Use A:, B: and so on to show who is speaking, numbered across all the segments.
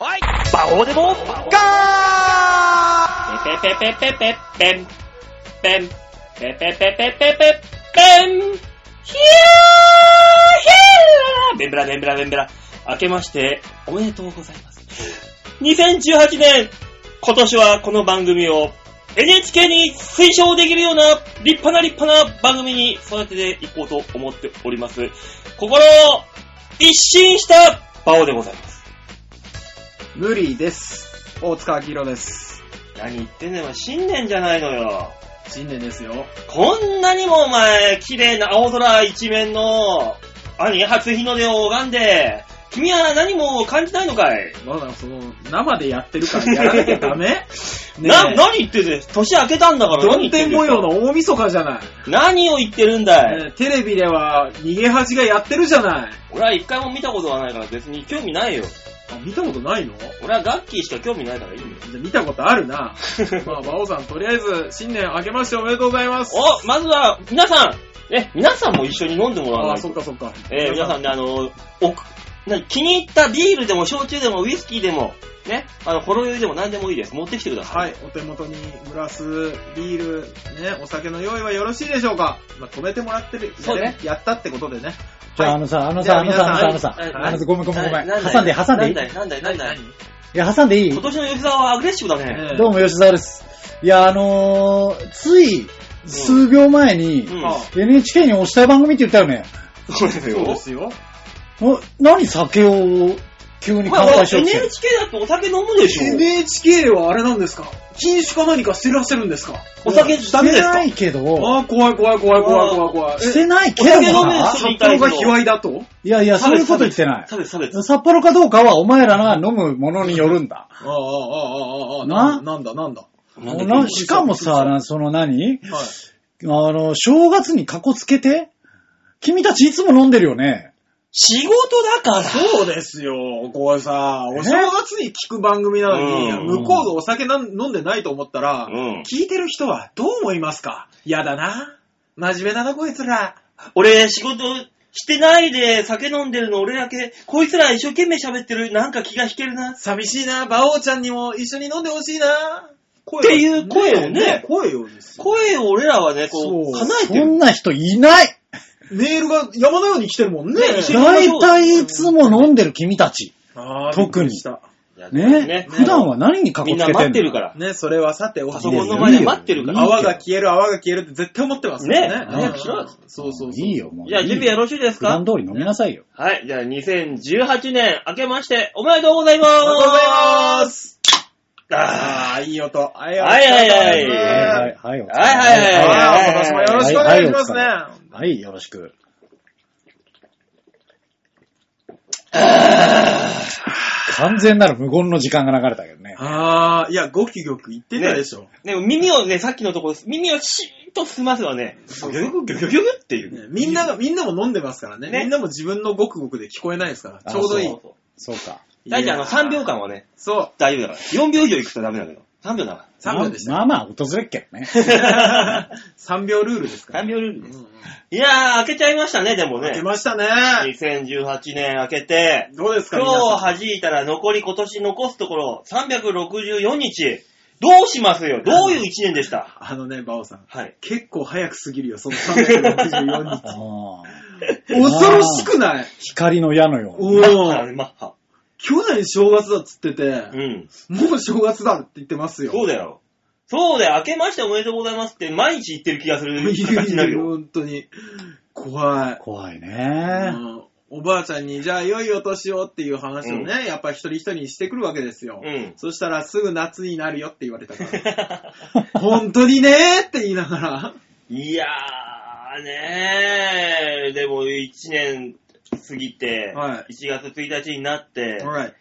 A: オーデモガー
B: ペペペペペペン。ペン。ペペペペペペペン。ヒューヒューベンブラベンブラベンブラ。明けまして、おめでとうございます。2018年、今年はこの番組を NHK に推奨できるような立派な立派な番組に育てていこうと思っております。心を一新したバオでございます。
C: 無理です。大塚明宏です。
B: 何言ってんのよ、新年じゃないのよ。
C: 新年ですよ。
B: こんなにもお前、綺麗な青空一面の、兄、初日の出を拝んで、君は何も感じないのかい、
C: まだその、生でやってるからやらなきゃダ メねえ
B: な、何言ってる年明けたんだから
C: ど
B: 何言っ
C: ん
B: て
C: 天
B: る
C: 模様の大晦日じゃない。
B: 何を言ってるんだい、
C: ねえテレビでは逃げ恥がやってるじゃない。
B: 俺は一回も見たことがないから別に興味ないよ。
C: あ、見たことないのじゃ
B: 俺はガッキーしか興味ないからいいんだよ。
C: あ見たことあ るな。まあ、馬王さん、とりあえず、新年明けましておめでとうございます。
B: お、まずは、皆さん、え、皆さんも一緒に飲んでもらわ
C: あ
B: な
C: あ、
B: いと
C: そっ。かそっか。
B: えー皆さんね、あの、おくな気に入ったビールでも焼酎でもウイスキーでも、ね、あの、ほろ酔いでも何でもいいです。持ってきてください。
C: はい、お手元にグラス、ビール、ね、お酒の用意はよろしいでしょうかまあ、止めてもらってる、
B: そうね
C: やったってことでね。
D: じゃあ、あのさ、あのさ、あの
C: じ
D: さ、
C: ゃあ
D: あのさ、
B: 皆さん
D: あのさ、ごめんごめんごめん。
B: な
D: 挟んで、挟んでいい
B: なんだい、なんだい、なんだい。
D: いや、挟んでいい
B: 今年の吉沢はアグレッシブだね。
C: ね
D: どうも、吉沢です。いや、あのー、つい、数秒前に、
B: うん
C: あ
D: NHK に押したい番組って言ったよね。
B: そうです
C: そうですよ。
D: お何酒を急に
B: まあ
D: 乾杯しようって。
B: NHK だってお酒飲むでしょ。
C: NHK はあれなんですか禁酒か何かしてらっしゃるんですか
B: お酒ダメで
D: して
B: すか
D: ないけど、
C: ああ、怖い怖い怖い怖い怖い怖い。
D: して
C: え
D: ないけ
B: お
D: ど
B: 酒飲める
D: な
B: 人に
C: 札
B: 対
C: 幌
B: して
C: が
B: の
C: 卑猥だと
D: いやいや、そういうこと言ってない。
B: 差別、差別。
D: 札幌かどうかはお前らが飲むものによるん
C: あ
D: だ。
C: あ、ああ、ああ、ああ、
D: な
C: なんだなんだ。
B: なんだっけ
D: なしかもさ、なその何
C: はい。
D: あの、正月にカコつけて君たちいつも飲んでるよね。
B: 仕事だから。
C: そうですよ。これさ、お正月に聞く番組なのに、
B: うん
C: 向こうがお酒なん飲んでないと思ったら、
B: うん
C: 聞いてる人はどう思いますかやだな。真面目だな、こいつら。
B: 俺、仕事してないで酒飲んでるの俺だけ、こいつら一生懸命喋ってる、なんか気が引けるな。
C: 寂しいな。馬王ちゃんにも一緒に飲んでほしいな。声を
B: っていう声をね
C: 声をですよ。
B: 声を俺らはね、こう、
C: そう
B: 叶えて
D: そ
B: る。
D: んな人いない
C: メールが山のように来てるもんね。
B: ね一緒に
D: だいたいいつも飲んでる君たち。
C: あー
D: 特に
C: びっくりした
D: ね。
B: ね
D: 普段は何にカコつ
B: み
D: け
B: ん
D: て
B: なん
D: の
B: 待ってるから。
C: ね、それはさておき
B: パ
C: です
B: ソ
C: よ
B: コンの前で待ってるから。
D: いいよ
C: 泡が消える、泡が消えるって絶対思ってますよね。
B: ね
C: うん
B: 早くしろよ
C: そうそうそう。
D: いいよ、もう。
B: じゃあ準備よろしいです
D: 普
B: か
D: 段通り飲みなさいよ。
B: はい、じゃあ2018年明けましておめでとうございます
C: ありがとうございます。
B: あ
C: ああ、いい音。はい
B: はいはい
D: はい
B: は
D: はい、はい、お疲れ
B: はいはいはい
C: はい、今年もよろしくお願いしますね。
D: はいはい、よろしく。完全なる無言の時間が流れたけどね。
C: ああ、いや、ゴキゴキ言ってたでしょ。
B: ーでも耳をね、さっきのところ、耳をシーンと澄ませばね、ギョギョギョギョギョギョっていう。
C: ねみんなが、みんなも飲んでますからね。
B: ね
C: みんなも自分のゴクゴクで聞こえないですから。
D: あ
C: ちょうどいい
B: そ。そ
D: そうか。
B: う大体あの3秒
C: 間。
B: 間はね、
C: そう。
B: 大丈夫だから。4秒以上いくとダメだけど。3秒だか。
C: 3秒でした。
D: まあまあ、訪れっけどね。そ
C: 3秒ルールですから
B: 3
C: ら。
B: 秒ルール
C: う
B: で
C: ん
B: す。
C: うん
B: いやー、開けちゃいましたね、でも
C: 開け
B: ね。
C: ましたね。
B: 2018年開けて、
C: どうですか
B: 今
C: 皆さん
B: 日弾いたら残り今年残すところ364日。どうしますよどういう1年でした
C: あのね、バオさん。
B: はい。
C: 結構早く過ぎるよ、その364日。
D: う
C: 恐ろしくない
D: 光の矢のように。
C: お
B: マッハ
C: ー
B: ね、マッハ。
C: 去年正月だっつってて、
B: うん。
C: もう正月だって言ってますよ。
B: そうだよ。そうだよ。明けましておめでとうございますって毎日言ってる気がする 形になるよ。
C: 本当に。怖い、
D: 怖いうね。
C: んおばあちゃんに、じゃあ、良いお年をっていう話をね、
B: うん
C: やっぱ一人一人にしてくるわけですよ。
B: うん。
C: そしたら、すぐ夏になるよって言われたから。 本当にねーって言いながら。
B: いやーねー。でも1年過ぎて、
C: は
B: 1月1日になって、
C: Alright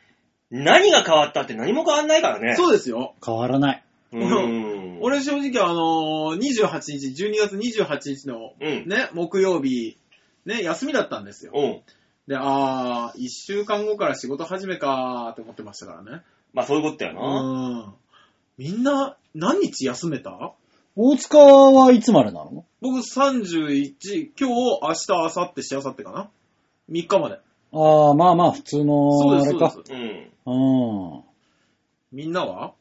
B: 何が変わったって何も変わんないからね。
C: そうですよ。
D: 変わらない。
B: うん。
C: 俺正直あのー、28日、12月28日の
B: うん。
C: ね、木曜日、ね、休みだったんですよ。
B: うん。
C: で、あー、1週間後から仕事始めかーって思ってましたからね。
B: まあそういうことやな。
C: うん。みんな、何日休めた
D: 大塚はいつまでなの
C: 僕31、今日、明日、明後日、しあさってかな ?3 日まで。
D: ああ、まあまあ、普通
C: そうで
D: の、あ
C: す、
D: れ
C: そうで
D: か
C: す。。
B: うん。
D: うん。
C: みんなは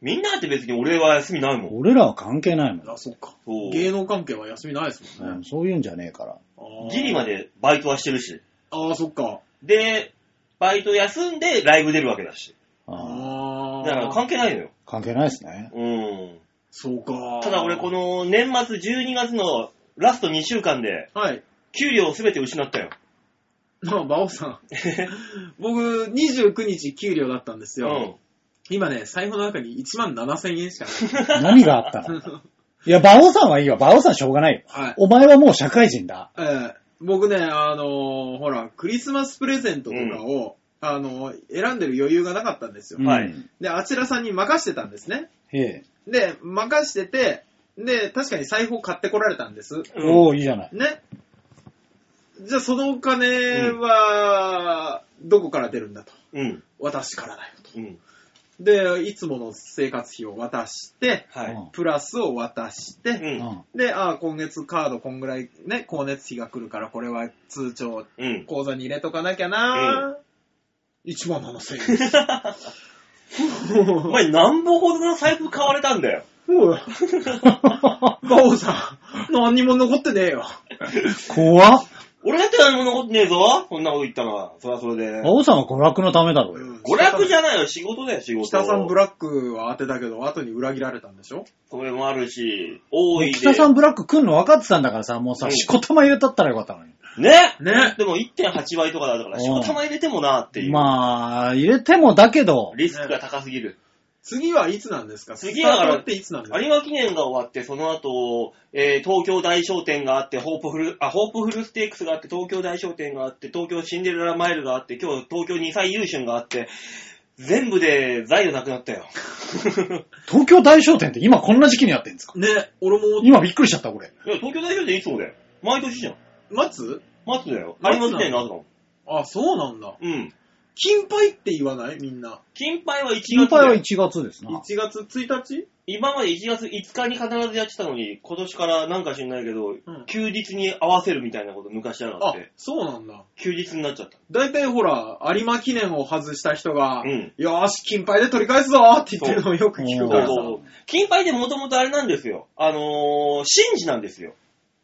B: みんなって別に俺は休みないもん。
D: 俺らは関係ないもん。
C: あ、そっか。
B: そう
C: 芸能関係は休みないですも
D: うんん、
C: ね。
D: そういうんじゃねえから。
C: あー
B: ギリま。でバイトはしてるし。
C: ああ、そっか。
B: で、バイト休んでライブ出るわけだし。
D: ああ
C: あ
B: だ
C: あ。
B: から関係ないのよ。
D: 関係ないですね。
B: うん。
C: そうか。
B: ただ俺この
C: の。
B: 年末12月のラスト2週間で
C: はい。
B: 給料を全て失ったよ。
C: まあ、馬 王さん。僕、29日給料だったんです
B: う
C: よ。
B: ん。
C: 今ね、財布の中に1万7000円しかない。
D: 何があった のいや、馬王さんはいいよ。馬王さんしょうがないよ。
C: はい。
D: お前はもう社会人だ。
C: えー僕ね、あのーほら、クリスマスプレゼントとかを、あのー選んでる余裕がなかったんですよ。
B: はい
D: うん
C: で、あちらさんに任してたんですね。
D: え
C: で、任してて、で、確かに財布を買ってこられたんです。
D: え。
B: うん
D: おおいいじゃない。
C: ね。じゃあ、そのお金は、どこから出るんだと。
B: うん。
C: 私からだよ
B: うん。
C: と。で、いつもの生活費を渡して、
B: は
D: う
B: い。
D: ん
C: プラスを渡して、
B: うん。
C: で、ああ、今月カードこんぐらいね、光熱費が来るから、これは通帳、
B: うん。
C: 口座に入れとかなきゃなー、1万7000円です。
B: お 前何本ほどの財布買われたんだよ。
C: おい、バオさん、何にも残ってねえよ。
D: 怖っ。
B: 俺だって何も残ってねえぞ。こんなこと言ったのは。そりゃそれで
D: 馬。王さんは娯楽のためだろうよ。
B: 娯楽じ
C: ゃ
B: ゃないよ。仕事だよ、仕事。
C: 北さんブラックは当てたけど、後に裏切られたんでしょ
B: それもあるし、多いで。
D: 北さんブラック来んの分かってたんだからさ、もうさ、
B: うん
D: しこたま入れたったらよかったのに。
B: ね
C: ね
B: でも1.8倍とかだから、
D: うん
B: 仕事玉入れてもなっていう。
D: まあ、入れてもだけど、
B: リスクが高すぎる。
C: 次はいつなんですか
B: 次はだから
C: スタートっていつなんですか
B: 有馬記念が終わって、その後、えー東京大商店があって、ホープフル、あ、ホープフルステークスがあって、東京大商店があって、東京シンデレラマイルがあって、今日東京二歳優春があって、全部で財がなくなったよ。
D: 東京大商店って今こんな時期にやってんですか
C: ね、俺も、
D: 今びっくりしちゃった、これ。
B: いや、東京大商店いつもだよ。毎年じゃん。
C: 待つ
B: 待ってだよ。有
C: 松な
B: 馬
C: の
B: 記念の後だもん。
C: あ、そうなんだ。
B: うん。
C: 金杯って言わないみんな。
B: 金杯は1月だ
D: 金
B: よ。
D: 杯は1月ですな。
C: 1月1日
B: 今まで1月5日に必ずやってたのに、今年からなんか知んないけど、
C: うん
B: 休日に合わせるみたいなこと昔やがっ
C: あ
B: て、、
C: そうなんだ。
B: 休日になっちゃった。
C: 大体ほら、有馬記念を外した人が、
B: うん
C: よーし、金杯で取り返すぞーって言ってるのをよく聞
B: そ
C: くか
B: う
C: らさ
B: そう。そう。金杯でもともとあれなんですよ。あのー、神事なんですよ。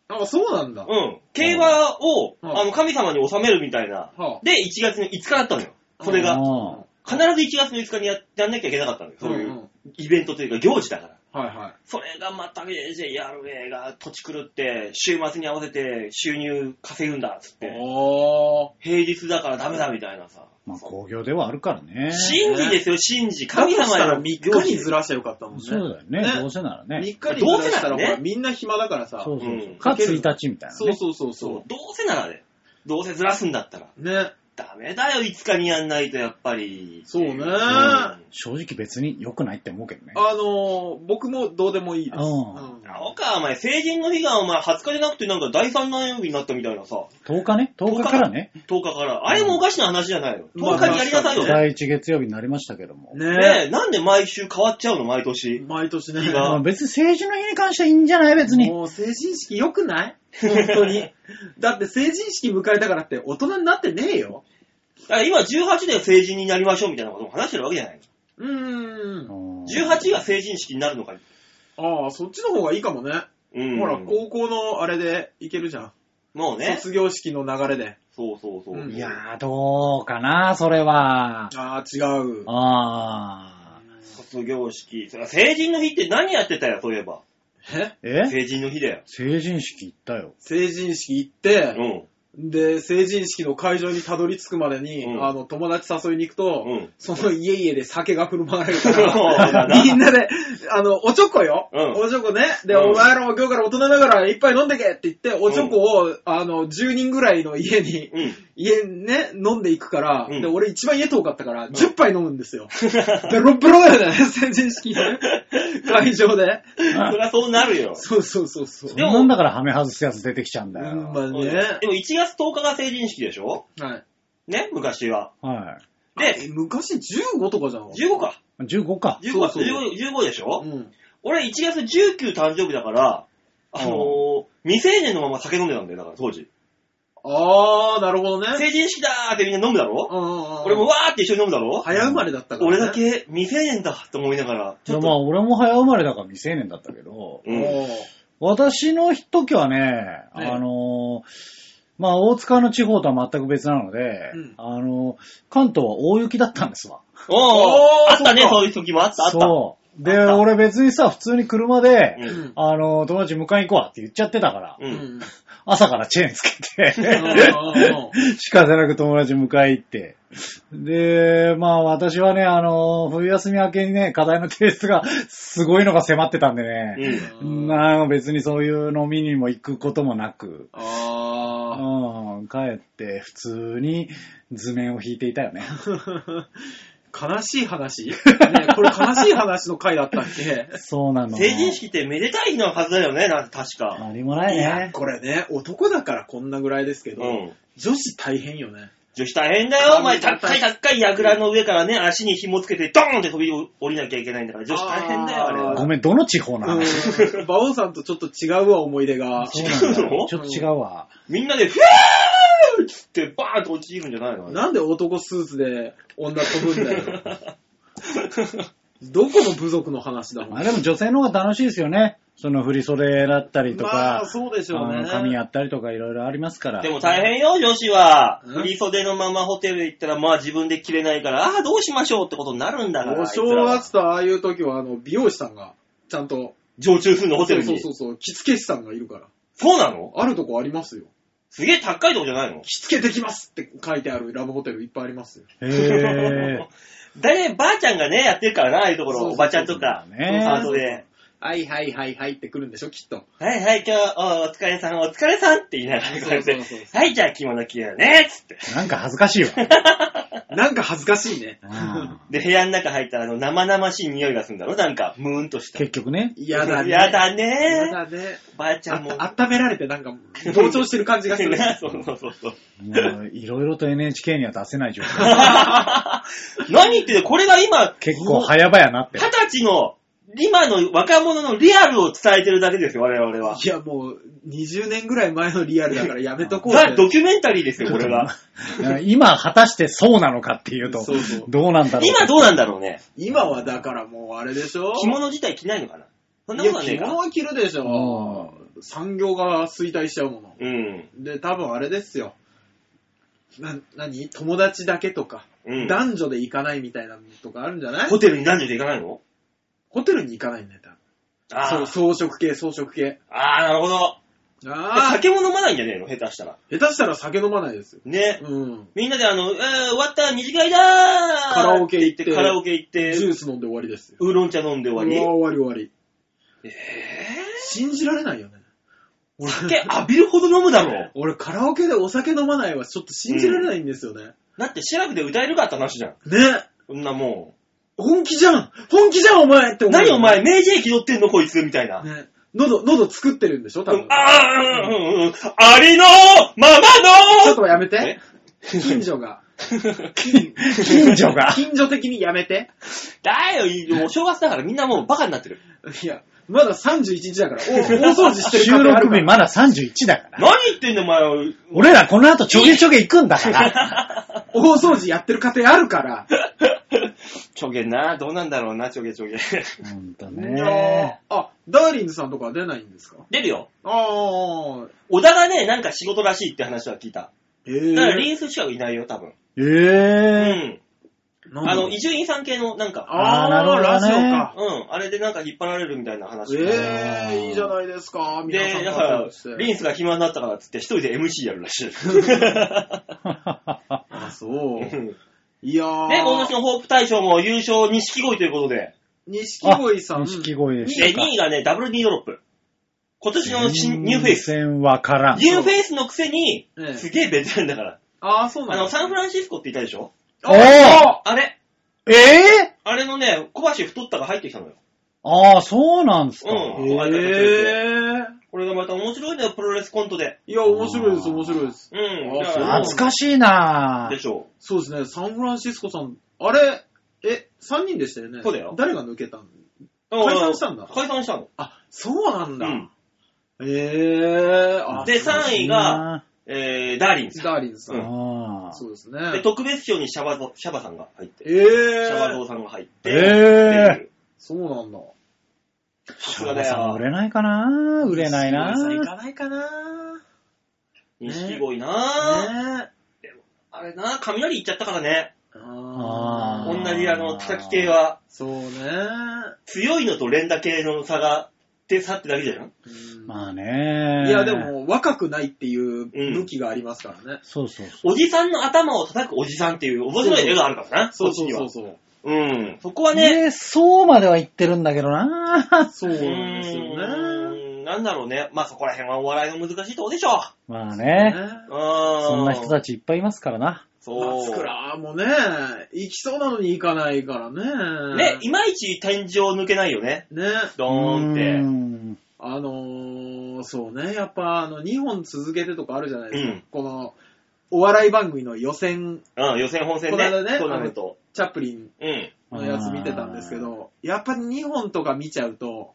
C: あ、そうなんだ。
B: うん。競馬を、
C: うん
B: あの、神様に納めるみたいな。
C: は
B: で、1月の5日だったのよ。それ
C: う
B: が。
D: あ
B: 必ず1月の5日にややんなきゃいけなかったのよ。そうい
C: ん
B: うんイベントというか行事だから。
C: はいは
B: それがまたね、JRA が土地狂って、週末に合わせて収入稼ぐんだっつっ
C: い。
B: て。
C: お
B: 平日だからダメだみたいなさ。
D: あまあ、興行ではあるからね。
B: 神事ですよ、神事。
C: ー。
B: 神
C: 神様
B: 様
C: した
B: へ
C: ら
B: の
C: 3日
B: 行
C: に
B: 事
C: ずらしゃよかったもんね。
D: そうだよね。どうせなら
C: 3
D: ね。
C: 日にずらした
B: どうせなら
C: ら、
B: ね
C: ほら、みんな暇だからさ。
D: そうそう
B: うん
D: か、1日みたいなね。
C: そうそう
B: そ
C: そう
B: う
C: そ。
B: どうせならね、どうせずらすんだったら。
C: う。ね。
B: ダメだよ、5日にやんないと、やっぱり。
C: そうね
B: ん
C: あ
D: 正直別に良くないって思うけどね。
C: あのー、僕もどうでもいいです。
D: うん
C: うん
B: 青か、お前、成人の日が、お前、20日じゃなくて、なんか、第3何曜日になったみたいなさ、
D: 10日ね。10日からね。
B: 10日から。あれもおかしな話じゃないよ。
C: ま
B: 10
C: あ
B: 日にやりなさいよ。
C: 確か
B: ね
D: 第1月曜日になりましたけども。
C: ね
B: えなんで毎週変わっちゃうの、毎年。
C: 毎年ね。
B: いいな
D: まあ別に成人の日に関してはいいんじゃない別に。
C: もう成人式良くない本 当に。だって成人式迎えたからって大人になってねえよ。
B: だから今、18で成人になりましょうみたいなことも話してるわけじゃない。
C: うーん。
D: うん
B: 18が成人式になるのか。
C: ああ、そっちの方がいいかもね。
B: うん。
C: ほら、高校のあれでいけるじゃん。
B: もうね。
C: 卒業式の流れで。
B: そうそうそう。
C: うん
D: いやー、どうかな、それは。
C: ああ、違う。
D: あ
B: 卒業式。そりゃ成人の日って何やってたよ、そういえば。
C: え
D: ー。え
B: 成人の日だよ。
D: 成人式行ったよ。
C: 成人式行っ
B: う
C: て、
B: ん。
C: で、成人式の会場にたどり着くまでに、
B: うん
C: あの、友達誘いに行くと、
B: うん
C: その家々で酒が振る舞われる か
B: そうだな
C: ら、みんなで、あの、おちょこよ、
B: うん
C: おちょこね。で、
B: うん
C: お前らも今日から大人だから一杯飲んでけって言って、おちょこを、あの、10人ぐらいの家に、
B: うん。
C: 家ね、飲んでいくから、
B: うん
C: で、俺一番家遠かったから、10杯飲むんで すよ。ベロベロだよね、成人式の会場で。
B: そりゃそうなるよ。
C: そうそうそうそう
D: そん。
B: でも
D: なんだからハメ外すやつ出てきちゃうん
C: う
D: だ
C: ん、
D: よ。
C: まあ
B: そう
C: ね。
B: だよでも1月10日が成人式でしょ
C: はい。
B: ね昔は。
D: は
B: で、
C: 昔15とかじゃん。
B: 15か。
D: い。15か。
B: 15か
C: そうそう
B: 15 15でしょ、
C: うん。
B: 俺1月19誕生日だから、あのー未成年のまま酒飲んでたんだよ、だから当時。
C: あー、なるほどね。
B: 成人式だーってみんな飲むだろ俺
C: 俺
B: もわーって一緒に飲むだろ
C: 早生まれだったから、ね。
B: 俺だ。け未成年だと思いながら、ちょっ
D: ま
B: と、
D: あ、俺も早生まれだから未成年だったけど、
B: うん
C: おー
D: 私の時はね、
C: ね
D: あのーまあ、大塚の地方とは全く別なので、
C: うん
D: あのー関東は大雪だったんですわ。
B: おーあったね、
C: そっか
B: そういう時もあった、あった。
D: そう。で、
B: あった
D: 俺別にさ、普通に車で、
B: う。
C: うんん。
D: あのー友達迎えに行こうわって言っちゃってたから、
B: う。
C: うんん。
D: 朝からチェーンつけ
C: うんうん
D: て、
C: うん
D: 仕方なく友達迎え行って。で、まあ私はね、あのー冬休み明けにね、課題の提出が すごいのが迫ってたんでね、
B: うん。
C: うん
D: まあ別にそういう飲みにも行くこともなく、
C: あ
D: うん、帰って普通に図面を引いていたよね。
C: ー悲しい話、ね、これ悲しい話の回だったっけ
D: そうなの。
B: 成人式ってめでたい日のはずだよね、なんか確か。
D: 何もないね。
C: これね、男だからこんなぐらいですけど、
B: うん。
C: 女子大変よね。
B: 女子大変だよ、お前。
C: 大変
B: 高い高い櫓の上からね、足に紐つけて、ドーンって飛び降りなきゃいけないんだから、女子大変だよ、あれ
C: あー
D: ご
B: は。
D: めん、どの地方なの
C: うん。馬王さんとちょっと違うわ、思い出が。
D: そうなんだ
B: 違うの
D: よ。ちょっと違うわ。
B: みんなで、フェーっつって、バーンと落ちるんじゃないの
C: なんで男スーツで女飛ぶんだよ。どこの部族の話だもん。
D: まあでも女性の方が楽しいですよね。その振り袖だったりと
C: ま
D: か
C: あ、、そうでしょう
D: あ
C: ね
D: の。髪やったりとかいろいろありますから。
B: でも大変よ、女子は。
C: うん
B: 振り袖のままホテル行ったら、まあ自分で着れないから、ああ、どうしましょうってことになるんだから。
C: お正
B: あいつ
C: 月とああいう時は、あの、美容師さんが、ちゃんと、
B: らは常駐するの、ホテルに。
C: そ
B: そう
C: うそうそう、着付け師さんがいるから。
B: なの
C: あるとこありますよ。
B: すげえ高いとこじゃないの
C: 着付けできますって書いてあるラブホテルいっぱいありますよ。
D: へぇ
B: 大体ばあちゃんがね、やってるからな、ああいうとこ
C: そう
B: ろ、
C: そう
B: おばちゃんとか、
D: そうだね
B: パートで。
C: はいはいはいはいって来るんでしょ、きっと。
B: はいはい、今日、おお疲れさん、お疲れさんって言いながら帰っ
C: そ
B: て
C: うそうそう、
B: はい、じゃあ着物着ようね、つって。
D: なんか恥ずかし いわ。
C: なんか恥ずかしいね。
D: うん
B: で、部屋の中入ったら、あの、生々しい匂いがするんだろなんか、ムーンとした。
D: 結局ね。
C: 嫌だね。
B: やだ
C: 嫌
B: ね。
C: だね。
B: ばあちゃ
C: あ
B: んも。
C: った温められてなんか、膨張してる感じが する。
B: そうそうそう そう。
D: もういろいろと NHK には出せない状 況。
B: 何言ってるこれが今、
D: 結構早々なって
B: 二。十歳の、今の若者のリアルを伝えてるだけですよ、我々は。
C: いや、もう、20年ぐらい前のリア ルだからやめとこう
B: ザ・
C: って
B: ドキュメンタリーですよ、これが。
D: 今果たしてそうなのかっていうと
C: そうそう、
D: どうなんだろう。
B: 今どうなんだろうね。
C: 今はだからもうあれでしょ
B: 着物自体着ないのかなそんないこ
C: や
B: とはねえ
C: 着物
B: か。
C: は着るでしょ。産業が衰退しちゃうもの。
B: うん。
C: で、多分あれですよ。な、なに友達だけとか、
B: うん。
C: 男女で行かないみたいなのとかあるんじゃない
B: ホテルに男女で行かないの
C: ホテルに行かないんだよ、多
B: あ
C: 分。
B: あ。
C: そう、装飾系、装飾系。
B: ああ、なるほど。
C: ああ、
B: 酒も飲まないんじゃねえの下手したら。
C: 下手したら酒飲まないですよ。
B: ね。
C: うん。
B: みんなであの、えー終わった、二次会だー
C: カラオケ行って
B: カラオケ行って、
C: ジュース飲んで終わりですよ。
B: ウーロン茶飲んで終
C: うわ
B: わ
C: 終わり終わり。
B: り。え
C: 信じられないよね。
B: ー、酒浴びるほど飲むだ ろう。
C: 俺、カラオケでお酒飲まないはちょっと信じられないんですよね。
B: だって、シラフで歌えるかって話じゃん。
C: ね
B: そんなも
C: 本気じゃん本気じゃんお前って
B: う。
C: 思う
B: 何
C: よね
B: お前、名 J 気取ってんのこいつみたいな。
C: ね喉、喉作ってるんでしょ多分。
B: ああ、うんうんうん。ありのま
C: ちょ
B: ま
C: っとやめて
B: え。
C: 近所が。
B: の
D: 近所が。
C: 近所的にやめて。
B: だよ、いいよお正月だからみんなもうバカになってる。
C: いや、まだ31日だから、お大掃除してる
D: 収
C: 家庭ある
D: 録
C: か
D: 日
C: ら。
D: まだ31だから。
B: 何言ってんだよ、お前。
D: 俺らこの後ちょげちょげ行くん だから。
C: 大掃除やってる家庭あるから。
B: ちょげな、どうなんだろうな、ちょげちょげ。
D: ほんと
C: いやー
D: ね。
C: あ、ダーリンズさんとかは出ないんですか
B: 出るよ。
C: ああ、
B: 小田がね、なんか仕事らしいって話は聞いた。
C: え
B: だ
C: ー
B: からリンスしかいないよ、多分。
D: え
B: う
D: え
B: ん。
C: なんだ
B: あの、伊集院さん系の、なんか、
C: あ
D: あ
C: あ、
D: ー
C: なる
D: なる
C: ほ
D: ほ
C: ど、
D: ど
C: ラ
D: ね
C: ジオか。
B: うん。あれでなんか引っ張られるみたいな話。
C: ええー、いいじゃないですか。皆さ
B: で、
C: ん
B: だ
C: 方
B: から
C: として、
B: リンスが暇になったからっつって一人で MC やるら しい。
C: あ、そう
B: う。ん
C: いやー。
B: ね、今年のホープ大賞も優勝錦鯉ということで、
C: 錦
D: あ
C: 鯉さん。
D: 錦鯉で
B: で、
D: し
B: 2位がね、ダブルニードロップ。今年の新ニューフェイス。
D: 全然わからん。
B: ニューフェイスのくせに、
C: ええ
B: すげえベテランだから。
C: ああ、そうな
B: あ
C: んだ
B: の、サンフランシスコっていたでしょ
D: おー
B: あれ、
D: ええ
B: あれのね、小橋太ったが入ってきたのよ。
D: ああ、そうなんすか。
B: うん
C: ええ
B: これがまた面白いね、プロレスコントで。
C: いや、面白いです、面白いです。
B: うん。
C: あ
B: だ
C: そう
B: ら
D: 懐かしいな
B: でしょ
C: そうですね、サンフランシスコさん、あれ、え、3人でしたよね。
B: そうだよ
C: 誰が抜けたん
B: う。
C: 解散したんだ
B: 解散したの。
C: あ、そうなんだ。
B: うん
C: ええー、あ
B: で、
C: そう
B: 3位が、えー、ダーリンさん。
C: ダーリンさん。
B: うん
D: ああ。
C: そうです
B: で、
C: ね。
B: 特別賞にシャバゾ、シャバさんが入って、
C: えー、
B: シャバゾウさんが入って、
D: えー
B: っていう
C: そうなんだ。
B: さ
D: シ
B: す
D: ャ
B: が
D: バ
B: だ
D: さん売
B: よ。
D: れないかな売れないな
C: それかないかな
B: 錦鯉な、
C: ね
B: あれな雷いっちゃったからね。
C: え。
D: あ
B: 同
D: ー
B: じあの、叩き系は、
C: そうね。
B: 強いのと連打系の差が、って差ってだけじゃん
C: うん
D: まあね
C: いや、で。も、若くないっていう武器がありますからね。
D: そうそうそ
B: おじさんの頭を叩くおじさんっていう面白い絵があるからな、そ
C: そう
B: っち
C: そう
B: に
C: そ
B: は
C: う。そ
B: う
C: う。
B: ん。そこは
D: う。
B: ね、
D: ね、そうまでは言ってるんだけどな
C: そう
B: う
C: なんですよね。
B: ーんなんだろうね。まあそこら辺はお笑いの難しいとこでしょ
D: まあね。
C: ね
B: う。うん。
D: そんな人たちいっぱいいますからな。
B: そう。
C: 松倉もね、行きそうなのに行かないからね。
B: ね、いまいち天井抜けないよね。
C: ね。
B: ドーンって。
D: うん
C: あのー、そうね、やっぱ、あの、2本続けてとかあるじゃないですか。
B: うん
C: この、お笑い番組の予選、
B: うん、予選本戦
C: この間
B: ね。
C: ね
B: トーナメント。
C: チャップリン
B: うん。
C: のやつ見てたんですけど、やっぱ2本とか見ちゃうと、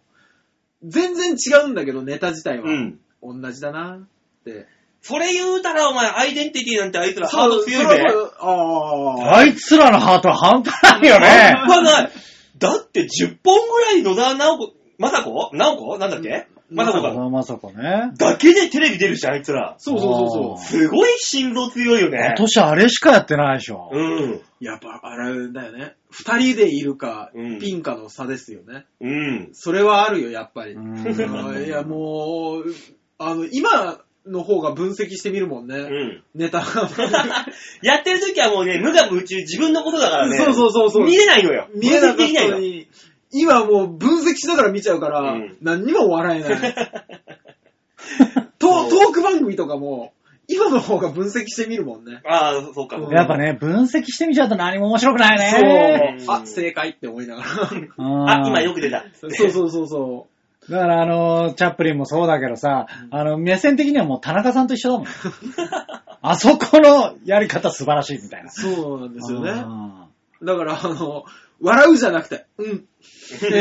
C: 全然違うんだけど、ネタ自体は。
B: うん。
C: 同じだなって。
B: それ言うたら、お前、アイデンティティなんてあいつらハード強い
C: それ
B: べ。
C: はああ。
D: あいつらのハートは半端ないよね。
B: 半端ない。だって10本ぐらい野沢直子、まさこ直子なんだっけ
C: うん
B: まさこ
D: まさ
B: が。
D: こまさこね。
B: だけでテレビ出るし、あいつら。
C: そうそうそうそう。
B: すごい心臓強いよね
D: 今。年あれしかやってないでしょ。
B: うん。
C: やっぱ、あれだよね。二人でいるか、
B: うん
C: ピンかの差ですよね。
B: うん。
C: それはあるよ、やっぱり。
D: うん
C: いや、もう、あの、今の方が分析してみるもんね。
B: うん。
C: ネタ。
B: やってる時はもうね、無我夢中、自分のことだからね。
C: そうそうそうそう
B: 見えないのよ。
C: 見えなかっ
B: 分析できない
C: たの
B: の。
C: に、今もう分析しながら見ちゃうから、
B: うん
C: 何にも笑え ない。トトーク番組とかも、今の方が分析してみるもんね。
B: ああ、そうか。
C: うん
D: やっぱね、分析してみちゃうと何も面白くない
C: そう
D: ね。
B: う。ん
C: あ、正解って思いな がら。
D: うん
B: あ、今よく出た。
C: そうそうそうそ
D: だからあの、チャップリンもそうだけどさ、あの、目線的にはもう田中さんと一緒だ もん。あそこのやり方素晴らしいみたいな
C: う。。そうなんですよね。
D: ね。
C: だから、あの、笑うじゃなくて、 うん。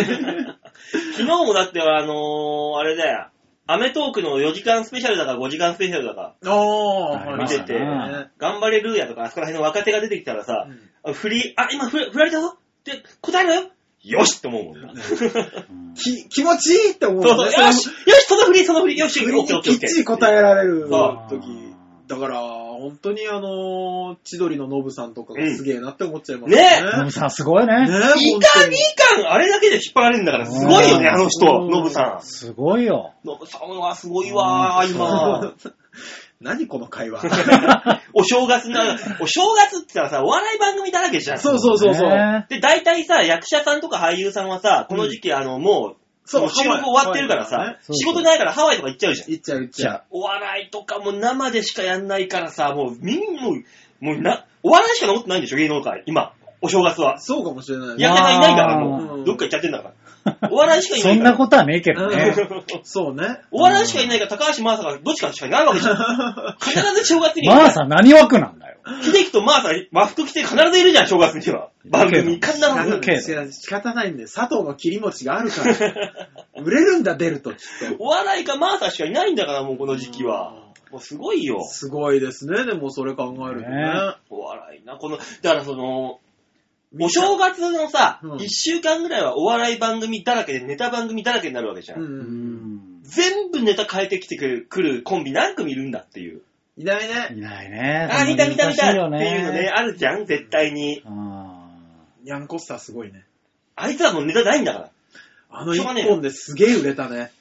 B: 昨日もだって、あのー、あれだよ。アメトークの4時間スペシャルだか5時間スペシャルだか、
C: あ
D: あ
C: あ、
D: りま
B: したね
C: ね
B: 頑張れルーヤとか、あそこら辺の若手が出てきたらさ、
C: うん
B: あ振り、あ、今振振られたぞって答えろよよしって思うもんな。そう
D: うん
C: き、気持ちいいって思う、ね。
B: そう、よしよし、その振り、その振り、よし、
C: 振りにきっちり答えられる
B: そう
C: 時。だから、本当にあの、千鳥のノブさんとかがすげえなって思っちゃいます
D: ノ
C: ね
D: ブさんすごい
C: え
D: ね。
C: ね
B: いかにいかんあれだけで引っ張られるんだから、すごいよね、
D: うん
B: あの人、ノブさ
D: すごいよ。
B: ん。ノブさんはすごいわー、
C: 本
B: 今。
C: 当に何この会 話。
B: お正月な、お正月って言ったらさ、お笑い番組だらけじゃん。
C: そうそうそうそう。
D: ね
B: で、大体さ、役者さんとか俳優さんはさ、この時期、あの、もう、もう収録終わってるから
C: ハワイ
B: さ、
D: そう
B: 仕事ないからハワイとか行っちゃうじゃん。
C: いっちゃういっち
D: じゃ
C: ゃう。
D: あ、
B: お笑いとかも生でしかやんないからさ、もう、みん、もう、もうな、お笑いしか残ってないんでしょ、芸能界、今、お正月は。
C: そうかもしれないね。
B: やんながいないんだから、も
C: う
B: う、
C: ん
B: どっか行っちゃってんだから。お笑いしかいな
D: そ
B: い
D: ん
B: か
D: な
B: ら。
D: ことはねえけどね。
C: そうね。
B: お笑いしかいないから、高橋真麻がどっちかしかいないわけじゃ ん。必ず正月に。
D: マーさん何枠なんだよ。
B: 秀樹とマーサ、和服着て必ずいる じゃん、正月には。番組に必ず。
C: なんか仕方ないんで、佐藤の切り餅がある から。売れるんだ、出ると、きっと。
B: お笑いかマーサしかいないんだから、もうこの時期は。もうすごいよ。
C: すごいですね、でもそれ考えるとね。
D: ね
B: お笑いな。この、だからその、お正月のさ、一、
C: うん
B: 週間ぐらいはお笑い番組だらけで、ネタ番組だらけになるわけじゃん。
C: うんうん
B: 全部ネタ変えてきてくるくるコンビ何組いるんだっていう。
C: いないね。
D: いないね。
B: あー、見た見た見たっていうの
D: 難しよ
B: ね、。あるじゃん、絶対に。
D: うん
C: ニャンコスターすごいね。
B: あいつらもうネタないんだから。
C: あの一本ですげえ売れたね。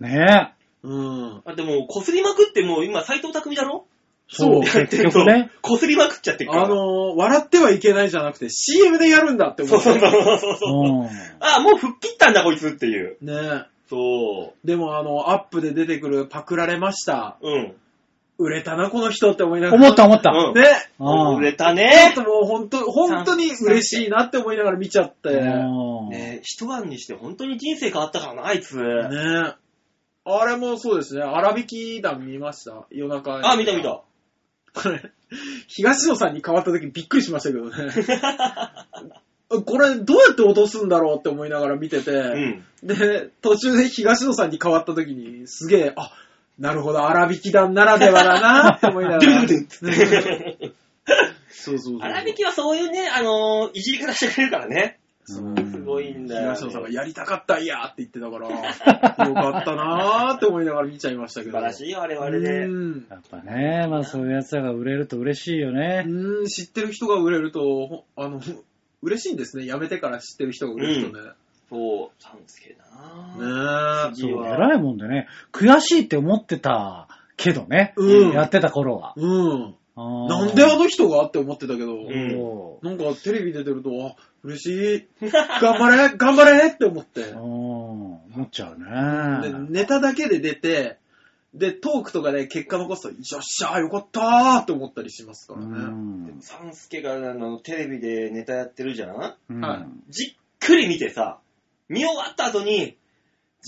D: ねえ。
C: うん。
B: だってもう、擦りまくって、もう今、斎藤匠だろ
D: そう、
B: やって
D: 結
B: ると
D: 局ね。。
B: 擦りまくっちゃってるから。
C: あのー、笑ってはいけないじゃなくて CM でやるんだって思
B: そうそう
C: っ
B: そ
C: た。
B: うそうそう。
D: うん。
B: あ、もう吹っ切ったんだ、こいつっていう。
C: ね
B: そ
C: でもあの、アップで出てくるパクられました。
B: う。うん。
C: 売れたな、この人って思いながら。
D: 思った思った。
B: うん
C: ね。
D: うん
B: 売れた
C: ちょっ
B: ね
C: と。もう本当、本当に嬉しいなって思いながら見ちゃって。ね
D: うん
B: ね一晩にして本当に人生変わったからな、あいつ。
C: あれもそうですね。荒引き団見ました。夜中に。
B: あ、見た見た。
C: これ、 東野さんに変わった時びっくりしましたけどね。 これどうやって落とすんだろうって思いながら見てて、
B: うん。
C: で、途中で東野さんに変わった時にすげえ、あ、なるほど、荒引き団ならではだなって思いなが ら。そうそうそう。
B: 荒引きはそういうね、あのーいじり方してくれるからね。
D: うん
B: すごいんだよ。
C: 東野さんが
B: 素
C: やりたかったんやって言って たから、よかったなーって思いながら見ちゃいましたけ
B: 晴
C: ど。
B: らしいよ、あれはあれ
C: う
B: で。
C: ん
D: やっぱね、まあそういうやつらが売れると嬉しいよね。
C: うん、知ってる人が売れると、ほあの、嬉しいんですね。やめてから知ってる人が売れるとね。
B: そう、サンスケな
C: ねえ。
D: そう、
B: 次は
D: 偉いもんでね、悔しいって思ってたけどね、
C: うん
D: やってた頃は。
C: うん。
D: あー
C: なんであの人がって思ってたけど、
B: うん
D: そ
C: なんかテレビ出てると、あ、嬉しい。頑張れ 頑張れって思って。
D: ううん思っちゃうね
C: で、。ネタだけで出て、で、トークとかで結果残すと、よっしゃーよかったーって思ったりしますか
D: う
C: らね。
D: ん
B: サンスケがあのテレビでネタやってるじゃん
D: うん
C: はい
B: じっくり見てさ、見終わった後に、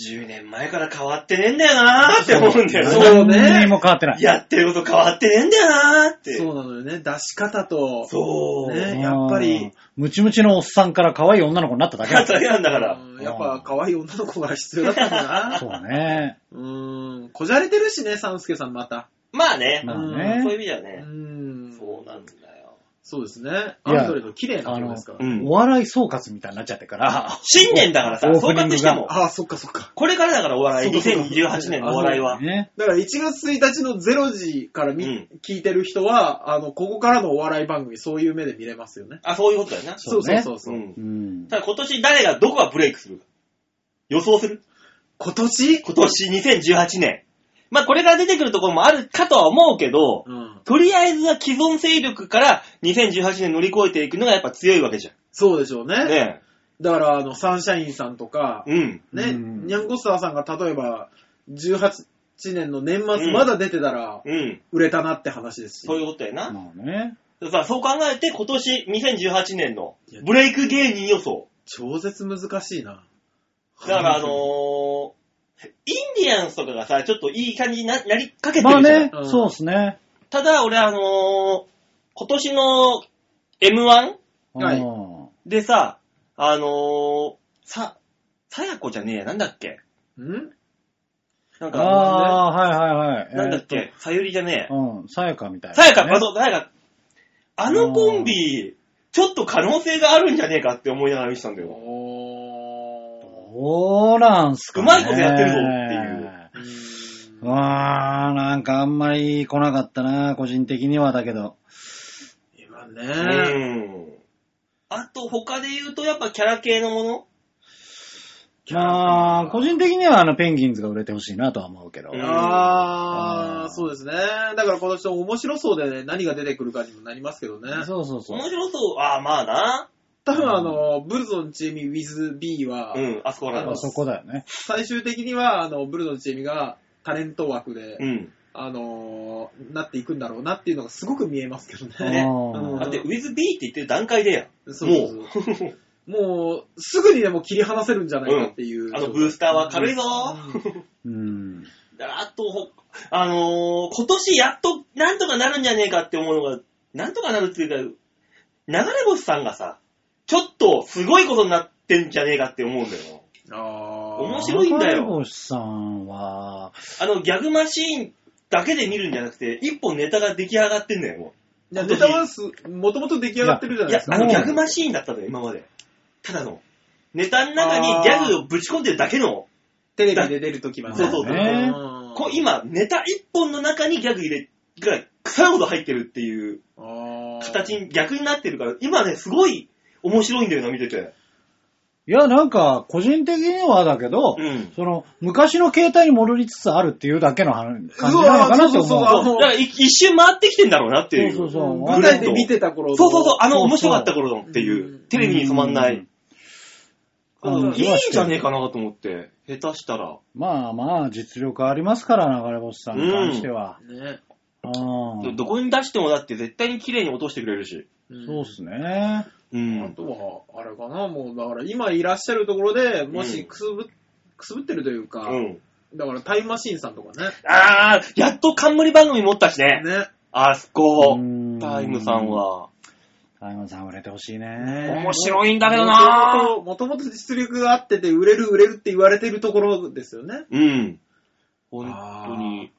B: 10年前から変わってねえんだよなーって思うんだよ
C: そう
B: な。
C: ね
D: 何にも変わってない。
B: やってること変わってねえんだよなーって。
C: そうなのよね。出し方と、
B: そう。
C: ね
D: うん
C: やっぱり。
D: ムチムチのおっさんから可愛い女の子になっただけ
B: だ
D: だ
B: っ。たなんだから。
C: うんやっぱ可愛い女の子が必要だったんだ な。
D: そうね。
C: うーん。こじゃれてるしね、サンスケさんまた。
B: まあね。
D: まあ
C: う
B: そういう
D: ね。
B: 意味では
C: う
B: ね。
C: ーん。
B: そうなんだよ。
C: そうですね。
D: い
C: ア
D: や
C: ンドレの綺麗な子ですか
B: う
C: ら。
B: ん
D: お笑い総括みたいになっちゃってから。
B: 新年だからさ
D: オ、ー
B: 総
D: プニング
B: 括
D: が
B: しても。
C: ああ、そっかそっか。
B: これからだからお笑い。
C: そうそうそう
B: 2028年のお笑いは。
D: ね。
C: だから1月1日の0時から見、
B: うん
C: 聞いてる人は、あの、ここからのお笑い番組、そういう目で見れますよね。
B: あ、そういうことだよな。
D: そうね
C: そうそうそう。
B: うん
D: うん。
B: ただ今年誰がどこがブレイクするか。予想する
C: 今年
B: 今年2018年。まあこれから出てくるところもあるかとは思うけど、
C: うん。
B: とりあえずは既存勢力から2018年乗り越えていくのがやっぱ強いわけじゃ。
C: そうでしょうんね。
B: ね
C: だから、あの、サンシャインさんとか、
B: え。うん。
C: ね、
D: うん
C: ニャンコスターさんが例えば、18年の年
B: う
C: 末
B: ん
C: まだ出てたら、
B: うん。
C: 売れたなって話ですし。
B: そういうことやな。
D: まあね。
B: さあそう考えて今年2018年のブレイク芸人予想。
C: 超絶難しいな。
B: だからあのー、インディアンスとかがさ、ちょっといい感じにななりかけてるじ
D: ま
B: ゃ
D: あ
B: ん。
D: ね
C: う、ん
D: そうですね。
B: ただ俺あのー、今年の M1
C: はい
D: うん
B: でさ、あのー、さ、さやこじゃねえや、なんだっけ
C: ん
B: なんか、
D: ああー、はいはいはい。
B: なんだっ
D: えー
B: け、さゆりじゃね
D: とうん、さやかみたい
B: え。
D: な。
B: さやか、あ
D: ね
B: そうさやか。あのコンビ、ちょっと可能性があるんじゃねえかって思いながら見てたんだよ。
C: おー
D: どうなんすかね
B: うまいことやってるぞっていう
C: うーん
D: うわー、なんかあんまり来なかったな、個人的にはだけど。
C: 今
B: う
C: ね、
B: ん。あと、他で言うと、やっぱキャラ系のもの
D: まあ、個人的にはあの、ペンギンズが売れてほしいなとは思うけど。
B: うん
C: あ
D: う
C: ー、
D: ん
C: そうですね。だから今年面白そうでね、何が出てくるかにもなりますけどね。
D: そうそうそう
B: 面。白そう。ああ、まあな。
C: 多分あの、ブルゾンチーミ WithB は、
B: うん、あそこら
C: あ
B: の
D: あ。そこだよね。
C: 最終的には、あの、ブルゾンチーミがタレント枠で、
B: うん。
C: あのーなっていくんだろうなっていうのがすごく見えますけど
D: う
C: ね。
D: ん
B: だって、with B って言ってる段階でや。
C: そうそうそうもう、すぐにでも切り離せるんじゃないかっていう。
B: あのブースターは軽いぞ。
D: うん。
B: だからあと、ほあのー今年やっとなんとかなるんじゃねえかって思うのが、なんとかなるっていうか、流れ星さんがさ、ちょっとすごいことになってんじゃねえかって思うんだよ。
C: あー
B: 面白いんだよ
D: 赤星さんは、
B: あの、ギャグマシーンだけで見るんじゃなくて、一本ネタが出来上がってんだよ、も
C: いやネタはす、もともと出来上がってるじゃ
B: う。
C: ないいで
B: や
C: す、か。
B: あ
D: そ
B: の、
D: う
B: ギャグマシーンだったのよ、今まで。ただの。ネタの中にギャグをぶち込んでるだけの、
C: テレビで出るときはね。
B: そうそう
D: まあ
C: う
D: ね
C: ん
B: こう今、ネタ一本の中にギャグ入れ、ぐらい、腐るほど入ってるっていう
C: あー
B: 形に逆になってるから、今ね、すごい面白いんだよな、見てて。
D: いや、なんか、個人的にはだけど、
B: うん
D: その、昔の携帯に戻りつつあるっていうだけの話感じなのかなと
C: そうそうそう
D: 思。
C: そうう
B: だからい一周回ってきてんだろうなっていう。
D: そうそうそう
C: うん舞台で見てた頃の
B: そうそうそうあの
D: そうそう
B: 面白かった頃のっていう、
C: うん
B: テレビに染まんな
D: う
B: い
D: ん。
B: うん
D: うん
B: いいんじゃねえかなと思って、下手したら。
D: まあまあ、実力ありますから、流れ星さんに関しては。
C: ね。
D: うん
B: どどこに出してもだって絶対に綺麗に落としてくれるし。
C: ん
D: そうっすね。
B: う
C: あ
B: ん。
C: とは、あれかな、もう、だから今いらっしゃるところで、もしくすぶ、くすぶってるというか、
B: うん。
C: だからタイムマシーンさんとかね。
B: あー、やっと冠番組持ったしね。
C: ね。
B: あそこ
D: う、ん
B: タイムさん。は。
D: タイムさん売れてほしい
C: ね
D: ね。
B: 面白いんだけどな
C: もともと実力があってて、売れる売れるって言われてるところですよね。
B: うん。本当に。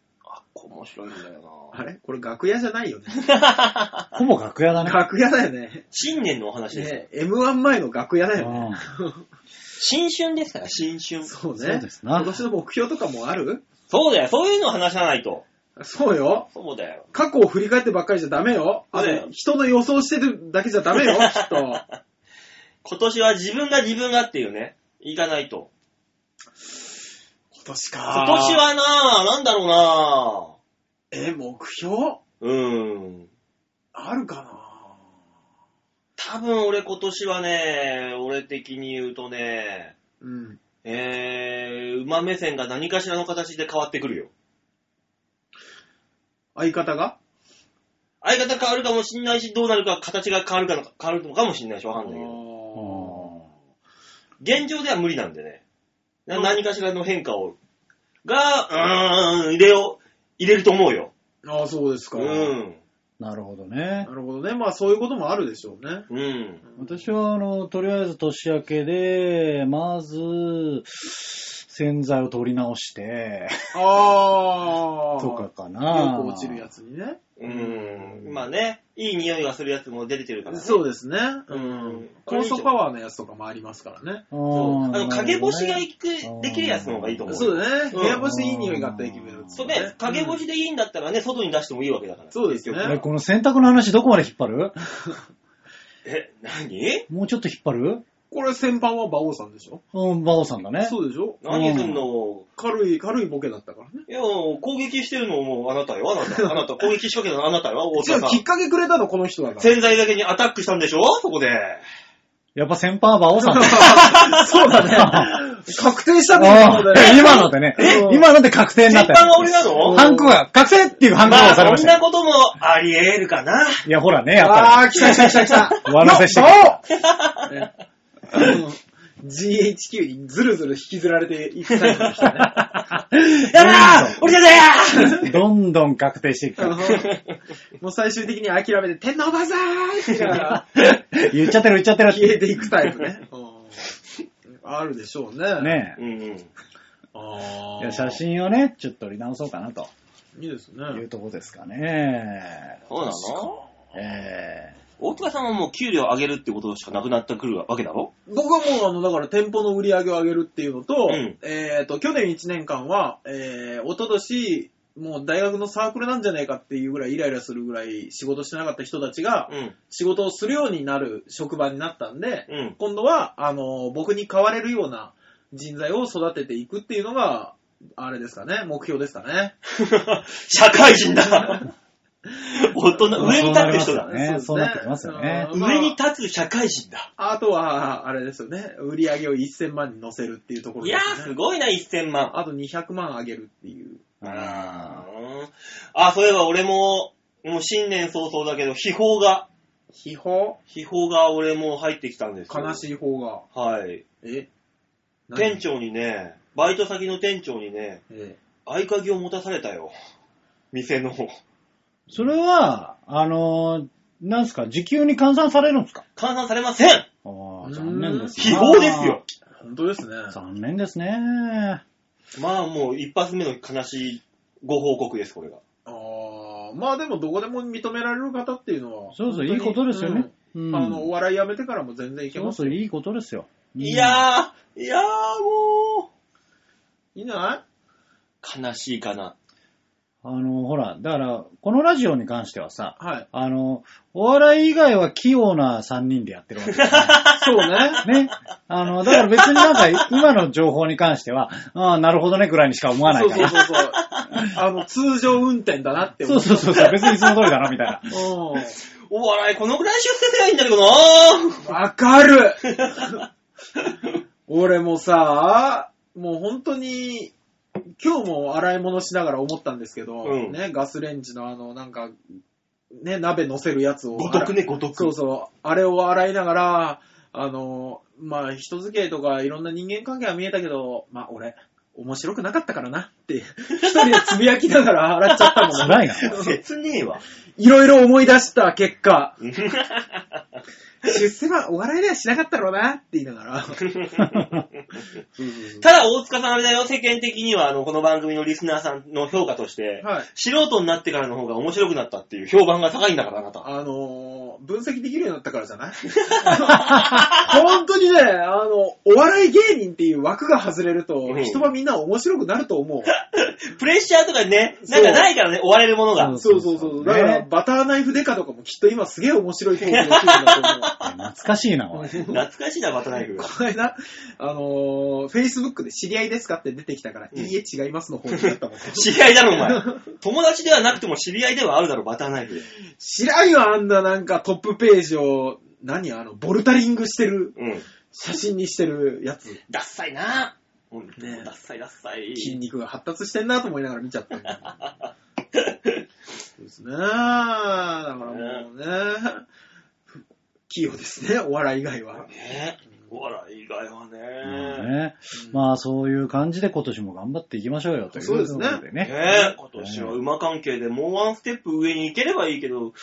B: 面白いんだよ
C: あれこれ楽屋じゃない よね。
B: な
D: ほぼ楽屋だね。
C: 楽屋だよね。
B: 新年のお話ですよ。
C: ね M1 前の楽屋だよね。
D: うん
B: 新春ですから、新春。
C: そうね。
D: そうですな
C: 今年の目標とかもある
B: そうだよ、そういうのを話さないと。
C: そうよ。
B: そうだよ。
C: 過去を振り返ってばっかりじゃダメよ。あ
B: ね
C: の、人の予想してるだけじゃダ メよ、きっと。
B: 今年は自分が自分がっていうね、いかないと。
C: 今年か
B: 今年はなぁ、なんだろうなぁ。
C: え、目標
B: うーん。
C: あるかな
B: 多分俺今年はね、俺的に言うとね、
C: うん。
B: えー、馬目線が何かしらの形で変わってくるよ。
C: 相方が
B: 相方変わるかもしんないし、どうなるか形が変わるかの変わるのかもしんないし、わ
C: あ
B: かんないけど。
D: うん
B: 現状では無理なんでね。な
C: うん
B: 何かしらの変化を、が、うーん、入れよう、入れると思うよ。
C: あーそうですか。
B: う。ん。
D: なるほどね
C: な。るほどね。まあそういうこともあるでしょうね。
B: うん。
D: 私は、あの、とりあえず年明けで、まず、洗剤を取り直して、
C: ああ。
D: とか。かな。
C: よく落ちるやつにね。
B: うん。まあね、いい匂いがするやつも出てるから、ね。
C: そうですね。う
B: うん
C: ん。高速パワーのやつとかもありますからね。
D: あ
B: そう
D: ー。
B: あの、陰干しが
D: い
B: いく、できるやつの方がいいと思う。
C: そうだね。
B: うん
C: 部屋干しいい匂いがあったらいいけど。
B: そうね、陰干しでいいんだったらね、外に出してもいいわけだから。
C: そうですね
D: え、この洗濯の話どこまで引っ張る
B: え、何
D: もうちょっと引っ張る
C: これ先般は馬王さんでしょ
D: うん、バオさんだね。
C: そうでしょ
B: 何すんの
C: 軽い、軽いボケだったからね。
B: いや、攻撃してるのもあなたよ、あなた。あなた、攻撃仕掛けたのあなたよ、大
C: 違
B: 塚
C: う、
B: さ
C: きっ
B: ん。
C: かけくれたのこの人だ から。
B: 潜在だけにアタックしたんでしょそこで。
D: やっぱ先輩はバオさんだ。
C: そうだね。確定したんだ
D: あ
C: よ、
D: ー
C: ね。
D: 今のでね
C: う、ん
D: 今ので確定になっ
B: 先
D: た
B: 輩
D: よ。
B: が俺なの
D: ハンコが、覚醒っていうハンコが
B: ま
D: 押され
B: あ、
D: ま
B: そ
D: し
B: ん
D: た
B: な
D: よ。
B: こともあり得るかな。
D: いや、ほらね、やっ
C: あ
D: ぱ
C: ー、来た来た来た来た。
D: り。上乗せしてきた。
C: ねあの GHQ にずるずる引きずられていくタイプでしたね。
B: やだー俺じゃね
D: どんどん確定していく
C: あ
D: から
C: のもう最終的に諦めて、天皇バザーって言いながら
D: 言っちゃってる言っちゃってるっ
C: 消え
D: て。
C: ていくタイプね。うんあるでしょうね。
D: ね
B: えうんうん。
C: あー
D: いや写。真をね、ちょっと撮り直そうかなと
C: いいですね。
D: いうとこですかね。
B: そうなの
D: え
B: 大塚さんはもう給料上げるってことしかなくなってくるわけだろ
C: 僕はもう、あの、だから店舗の売り上げを上げるっていうのと、
B: うん
C: えっ、と、去年1年間は、えー、おととし、もう大学のサークルなんじゃねえかっていうぐらいイライラするぐらい仕事してなかった人たちが
B: うん。
C: 仕事をするようになる職場になったんで、
B: うん。
C: 今度は、あの、僕に代われるような人材を育てていくっていうのが、あれですかね、目標ですかね。
B: 社会人だ大人、上に立ってる人だ
D: ねそうなってきますよね
C: うんまあ
B: 上に立つ社会人だ。
C: あとは、あれですよね、売り上げを1000万に乗せるっていうところ
B: い
C: で
B: や
C: す、
B: ー、
C: ね。
B: すごいな、1000万。
C: あと200万上げるっていう。
D: ー
B: あ
D: あ
B: あ、そういえば俺も、もう新年早々だけど、秘宝が、
C: 秘宝
B: 秘宝が俺も入ってきたんですよ。
C: 悲
B: い。
C: しい方が。
B: はい。
C: え
B: 店長にね、バイト先の店長にね、
C: え
B: 合鍵を持たされたよ。店の。
D: ーそれは、あのー、なんすか、時給に換算されるんですか
B: 換算されません
D: あー残念です
B: 秘宝ですよ。
C: 本当ですね。
D: 残念ですね。
B: まあもう一発目の悲しいご報告です、これが。
C: あーまあでもどこでも認められる方っていうのは。
D: そうそ
C: 本
D: う
C: 当に
D: いいことですよね。う
C: うん
D: ん
C: あの、お笑いやめてからも全然いけ
D: そう
C: ます
D: そ
C: よ。
D: う、いいことですよ。うん
B: いやー、いやーも、
C: いいんじゃないう
B: 悲しいかな。
D: あの、ほら、だから、このラジオに関してはさ、
C: はい。
D: あの、お笑い以外は器用な3人でやってるわけです
C: そうね。
D: ね。ね。あの、だから別になんか、今の情報に関しては、ああ、なるほどねくらいにしか思わない
C: そうそう
D: から。
C: そうそう。あの、通常運転だなって
D: そ
C: 思
D: うそうそうそう、別にその通りだな、みたい な。
C: う。うん
B: お笑いこのぐらい出世すりゃいいんだけどな
C: わかる俺もさ、もう本当に、今日も洗い物しながら思ったんですけど、
B: うん
C: ね、ガスレンジのあの、なんか、ね、鍋乗せるやつを。
B: ごとくね、ごと
C: 洗いそう
B: く。
C: そう、あれを洗いながら、あの、まあ、人付き合いとかいろんな人間関係は見えたけど、まあ、俺、面白くなかったからなって、一人でつぶやきながら 洗っちゃったもんね。
D: 辛いな。
B: 切ねえわ。
C: いろいろ思い出した結果、出世はお笑いではしなかったろうなって言いなが ら。
B: ただ、大塚さんあれだよ、世間的には、あの、この番組のリスナーさんの評価として、
C: はい。
B: 素人になってからの方が面白くなったっていう評判が高いんだから、あなた。
C: あのー、分析できるようになったからじ ゃない本当にね、あの、お笑い芸人っていう枠が外れると、
B: うん
C: 人はみんな面白くなると思う。
B: プレッシャーとかね、なんかないからね、追われるものが。
C: そうそうそう。だから、
D: ね
C: バターナイフデカとかもきっと今すげえ面白い企画の一つだ
D: 懐かしいな、おい。
C: と思う。
B: 懐かしいな、バタナイフ。
C: この間、あのー、Facebook で知り合いですかって出てきたから、
B: うん
C: いいえ違いますの方になったもん。
B: 知り合いだろ、 お前。友達ではなくても知り合いではあるだろ、バターナイフ。
C: 知らんよ、あんななんかトップページを、何あの、ボルタリングしてる、
B: うん。
C: 写真にしてるやつ。
B: ダッサいなうん、
C: ね
B: ダッサいダッサい。
C: 筋肉が発達してんなと思いながら見ちゃったんだけど。そうですね。だからもうね、器用ですね、お笑い以外 は。
B: ねお笑い以外はね。
D: ねまあ、そういう感じで今年も頑張っていきましょうよ、という
C: そうですね
D: ことで
B: ね
D: ね。。
B: 今年は馬関係でもうワンステップ上に行ければいいけど、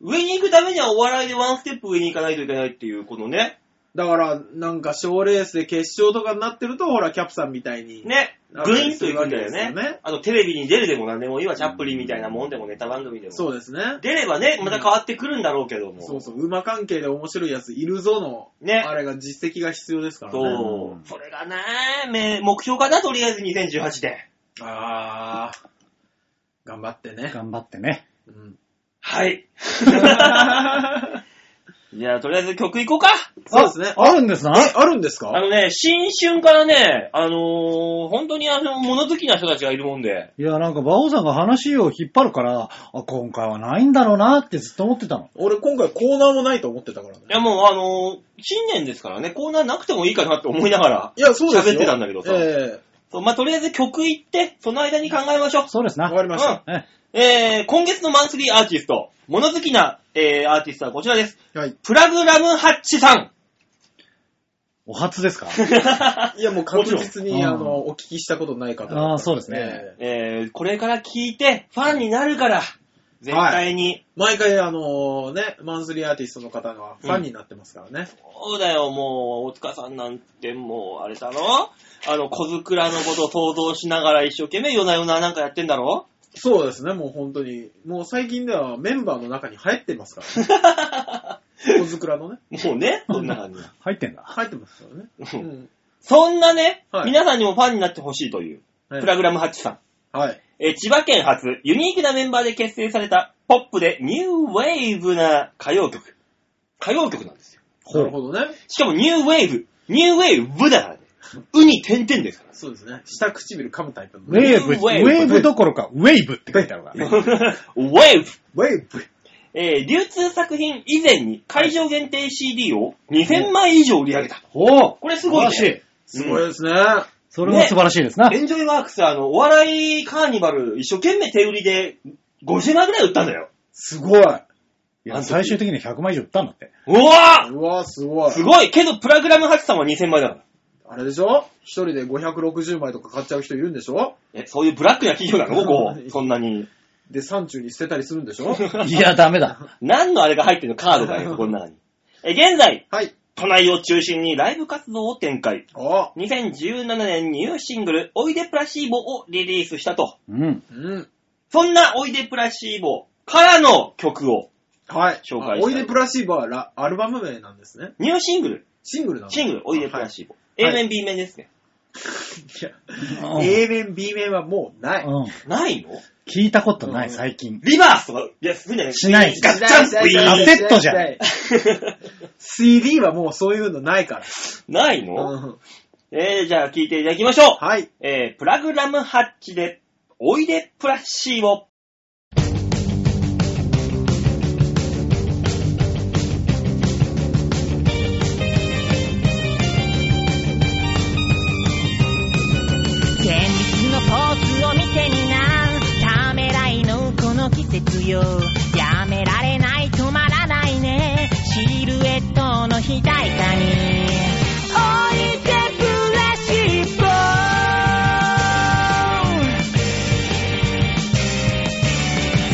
B: 上に行くためにはお笑いでワンステップ上に行かないといけないっていう、このね、
C: だから、なんか賞レースで決勝とかになってると、ほら、キャプさんみたいに。
B: ね、
C: あ
B: グインと行くんだよ
C: そうですよ
B: ね
C: ね。
B: あとテレビに出るでも何でもいいわ、チャップリンみたいなもんでもネタ番組でも。
C: そうですね。
B: 出ればね、また変わってくるんだろうけども。
C: そうそう、馬関係で面白いやついるぞの、
B: ね
C: あれが実績が必要ですからね。
B: そううんそれがね、め目標かな、とりあえず2018で。
C: あー、頑張ってね。
D: 頑張ってね。
C: うん、
B: はい。じゃあ、とりあえず曲いこうか。
C: そうですね。
D: あるんですな
C: え、あるんです
B: あ
C: か
B: のね、新春からね、あのー本当にあの、物好きな人たちがいるもんで。
D: いや、なんか、馬王さんが話を引っ張るから、あ、今回はないんだろうなってずっと思ってたの。
C: 俺今回コーナーもないと思ってたからね
B: い。や、もうあのー新年ですからね、コーナーなくてもいいかなって思いながら。
C: いや、そうですよ。
B: 喋ってたんだけどさ
C: え
B: そうまあ、とりあえず曲いって、その間に考えましょう。
D: そうです
C: え
D: な。
C: わかりました。
B: え
D: え
B: ー、今月のマンスリーアーティスト、物好きな、えー、アーティストはこちらです。
C: はい。
B: プラグラムハッチさん。
D: お初で すか
C: いや、もう確実
D: もち
C: に、
D: ろ
C: あ
D: ん
C: の、お聞きしたことない方。
D: あーそうですね
C: ええ。
B: えー、これから聞いて、ファンになるから、絶対に、
C: 毎回、あの、ね、マンスリーアーティストの方がファンになってますからね。
B: そうだよ、もう、大塚さんなんて、もう、あれだろあの、小桜のことを想像しながら一生懸命夜な夜ななんかやってんだろ
C: そうですね、もう本当に。もう最近ではメンバーの中に入ってますから ね。小桜のね、
B: もうね、そんな感じ。
D: 入ってんだ。
C: 入ってますからね。
B: う
C: うんん。
B: そんなね、
C: はい
B: 皆さんにもファンになってほしいという、
C: はい
B: プラグラムハッチさん。
C: はい。
B: えー千葉県発、ユニークなメンバーで結成された、ポップでニューウェーブな歌謡曲。歌謡曲なんですよ。
C: なるほどね。
B: しかもニューウェーブ。ニューウェーブだからね。ウに点々ですから。
C: そうですね。下唇噛むタイプの
D: ウ
C: ね。
D: ェーブ、
B: ウ
D: ウ
B: ェーブ
D: ェーブどころか、ウェーブって書いてあるからね。
B: ウェーブ。
C: ウェイブ。
B: えー流通作品以前に会場限定 CD を2000枚以上売り上げた。
D: お
B: これすごいね
D: 素晴らしい。
C: すごいですね。
D: それも素晴らしいですな。
B: エンジョイワークス、あの、お笑いカーニバル、一生懸命手売りで50枚ぐらい売ったんだよ。
C: すごい。
D: いや最終的に100枚以上売ったん だって。
B: うわ
C: うわ、すご
B: ー
C: い。
B: すごいけど、プラグラムハチさんは2000枚だから。
C: あれでしょ一人で560枚とか買っちゃう人いるんでしょ
B: え、そういうブラックな企業な のここ。そんなに。
C: で、山中に捨てたりするんでし ょ
D: いや、ダメだ。
B: 何のあれが入ってるのカードがよ、この中に。え、現在、
C: はい。
B: 都内を中心にライブ活動を展開。
C: あ
B: 2017年ニューシングル、おいでプラシーボをリリースしたと。
D: うん。
C: うん。
B: そんなおいでプラシーボからの曲を、
C: はい。
B: 紹介したい
C: あおいでプラシーバーラ、アルバム名なんですね。
B: ニューシングル、
C: シングルなの
B: シングル、おいでプラシーボ。
C: は
B: A
C: い
B: 面、B 面ですね。
C: はいいや A 面、B 面はもうない。
D: うん。
B: ないの
D: 聞いたこと
C: う
D: ない、
C: ん
D: 最近。
B: リバースとか、いや、するんじゃない
D: しない
B: ガッチャン
C: し
B: ピ
C: ない
B: ー
C: し
B: ン
C: ない
D: カセットじゃん
C: しないしない CD はもうそういうのないから。
B: ないの、
C: うん
B: えー、じゃあ聞いていただきましょう。
C: はい。
B: えー、プラグラムハッチで、おいでプラシーボ。
E: 現実のポーズを見てみなためらいのこの季節よやめられない止まらないねシルエットの日高に置いてブラシッポ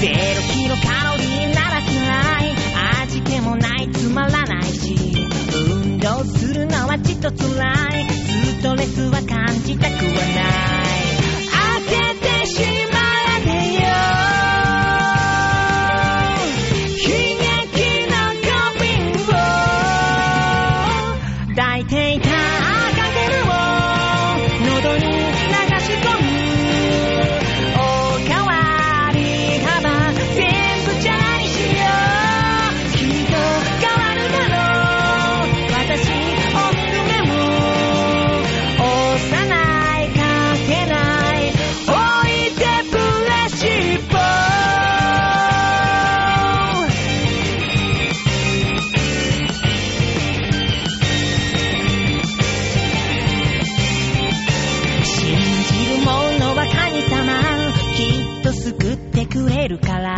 E: ゼロキロカロリーなら辛い味気もないつまらないと辛いストレスは感じたくはない開けてしまえよ悲劇のコンビを抱いていたカケルを喉に流し込むおかわり幅全部茶にしようきっと変わるだろう私を見る目も幼いかけない置いてブラシッポ信じるものは神様きっと救ってくれるから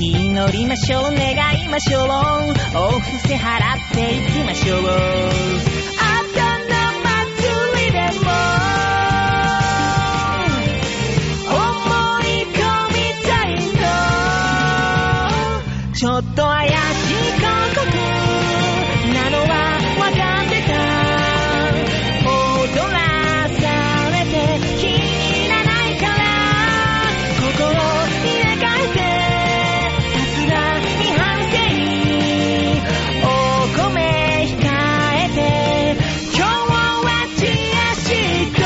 E: 祈りましょう願いましょうお布施払っていきましょうあたの祭りでも思い込みたいのちょっと怪しい感覚なのはわかってた踊らされて気に入らないから心を入れ替えてさすがに反省お米控えて今日はチアシト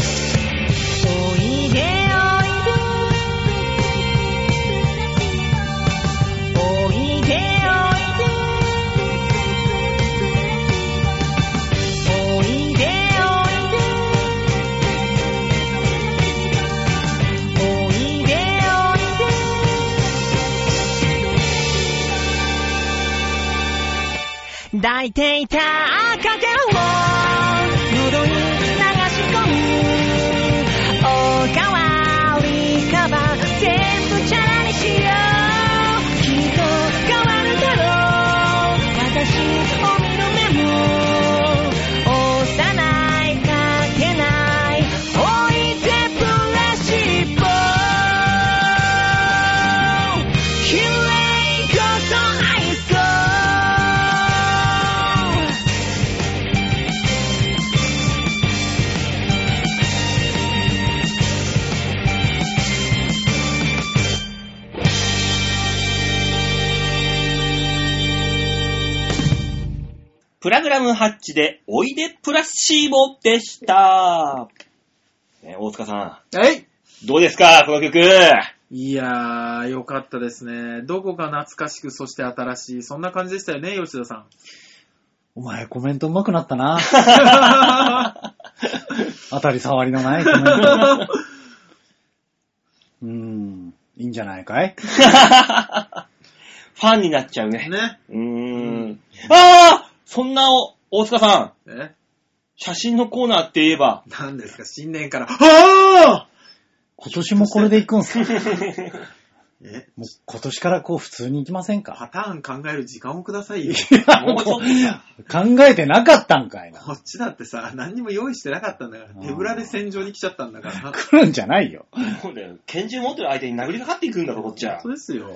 E: おいでおいでおいでおいでおいでおいでおいで抱いていた赤けを喉に流し込むおかわりかば全部チャラにしようきっと変わるだろう私を見る目も幼いかけない置いてブラシッポ綺麗こと愛そう
B: プラグラムハッチで、おいでプラシーボでした。ね、大塚さ
C: はい
B: ん、どうですかこの曲。
C: いやー、よかったですね。どこか懐かしく、そして新しい。そんな感じでしたよね、吉田さん。
D: お前コメント上手くなっ たな。当たり障りのないコメント。うーん、いいんじゃないかい
B: ファンになっちゃうね。
C: ね。
B: うーん。ああそんなお大塚さん、
C: え
B: 写真のコーナーって言えば、
C: 何ですか、新年から。ああ
D: 今年もこれで行くんすか
C: え
D: もう今年からこう普通に行きません
C: パ
D: か
C: ターン考える時間をください よ。
D: いや
B: もうちょっと
D: 考えてなかったんかいな。
C: こっちだってさ、何にも用意してなかったんだから、手ぶらで戦場に来ちゃったんだから。
D: 来るんじゃないよ。
B: そうだよ拳銃持ってる相手に殴りかかっていくんだろ、こっち は。
C: そうですよ。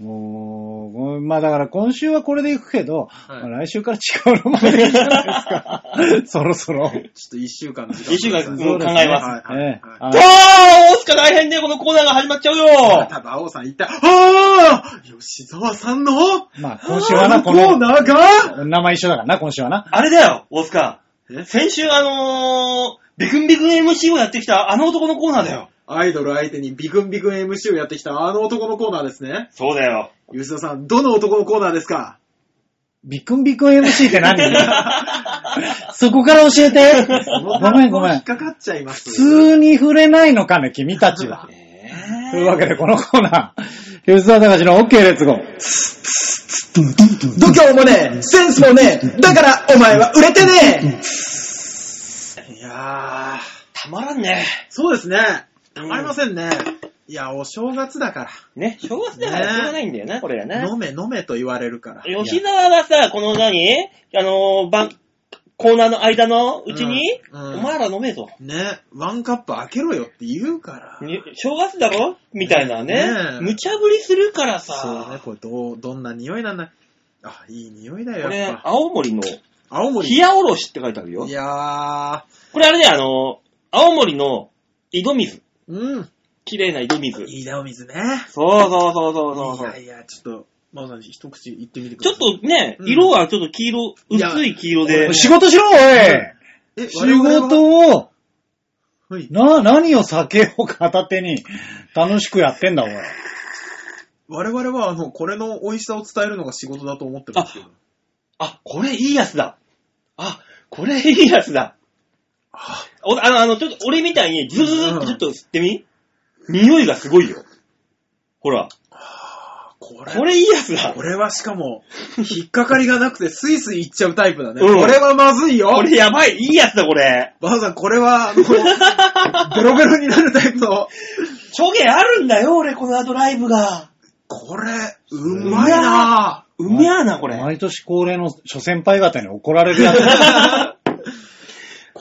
D: もうごめん、まあだから今週はこれで行くけど、
C: はい
D: まあ来週から違うのもでいいじゃ ないですか。そろそろ。
C: ちょっと一週間の時間
B: 一週間
C: ください
B: もう考えます。
C: はいはい
D: ええ
C: はい
D: あ
B: あ
D: の
B: あ大塚大変だよ、このコーナーが始まっちゃうよ
C: 多分、青さん言った。ああ吉沢さんの
D: まあ今週はな、
C: コ
D: こ
C: ー
D: の、
C: ナーが
D: 名前一緒だからな、今週はな。
B: あれだよ、大塚。
C: え
B: 先週あのー、ビクンビクン MC をやってきたあの男のコーナーだよ。
C: アイドル相手にビクンビクン MC をやってきたあの男のコーナーですね。
B: そうだよ。
C: 吉田さん、どの男のコーナーですか
D: ビクンビクン MC っ て何そこから教えて。ごめんごめ
C: 引
D: ん
C: っ。かかっちゃいま
D: 普
C: す。
D: 通に触れないのかね、君たちは。
B: え
D: というわけで、このコーナー、吉沢隆の OK レッツゴー。
A: 度胸もねえ、センスもねえ、だからお前は売れてね
C: いやー、
B: たまらんね。
C: そうですね。たまりませんね。いや、お正月だか
B: ね、正月だからしょうがないんだよな、これが
C: ら。
B: な
C: 飲。め飲めと言われるから。
B: 吉沢はさ、この何あのー、番、コーナーの間のうちに、
C: うんうん
B: お前ら飲めと。
C: ね、ワンカップ開けろよって言うから。
B: に正月だろみたいなね
C: ねえ。
B: 無茶ぶりするからさ。
C: そうね、これどう、どんな匂いなんだあ、いい匂いだ
B: こ
C: よ、やっ
B: れ、
C: ぱ。
B: 青森の、
C: 青森。
B: 冷やおろしって書いてあるよ
C: い。やー、
B: これあれね、あの、青森の井戸水。
C: うん。
B: 綺麗な井戸水。
C: いいだお水ね。
B: そうそうそうそうそうそう。
C: いやいや、ちょっと、まおさん一口言ってみてく
B: ち
C: だ
B: ょ
C: さ
B: っ
C: い。
B: とね、
C: うん
B: 色はちょっと黄色、
C: いや
B: 薄い黄色で。
D: 仕事しろ、おい
C: え
D: 仕事を、
C: はい。
D: な、何を酒を片手に楽しくやってんだ、おい。
C: 我々は、あの、これの美味しさを伝えるのが仕事だと思ってるんですけど。
B: あ、これいいやつだ。あ、これいいやつだ。おあの、あの、ちょっと俺みたいにずーっとちょっと吸ってみ、匂いがすごいよ。ほら、
C: これ
B: これいいやつだ。
C: これはしかも、引っかかりがなくてスイスイ行っちゃうタイプだ ね。
B: うん
C: これはまずいよ。
B: これやばい、いいやつだ、これ。
C: ばあさん、これは、もう、ベロベロになるタイプの、
B: チョゲあるんだよ、俺、このドライブが。
C: これ、うまいな
B: うめえな、こ れ。
D: 毎年恒例の諸先輩方に怒られるやつだ。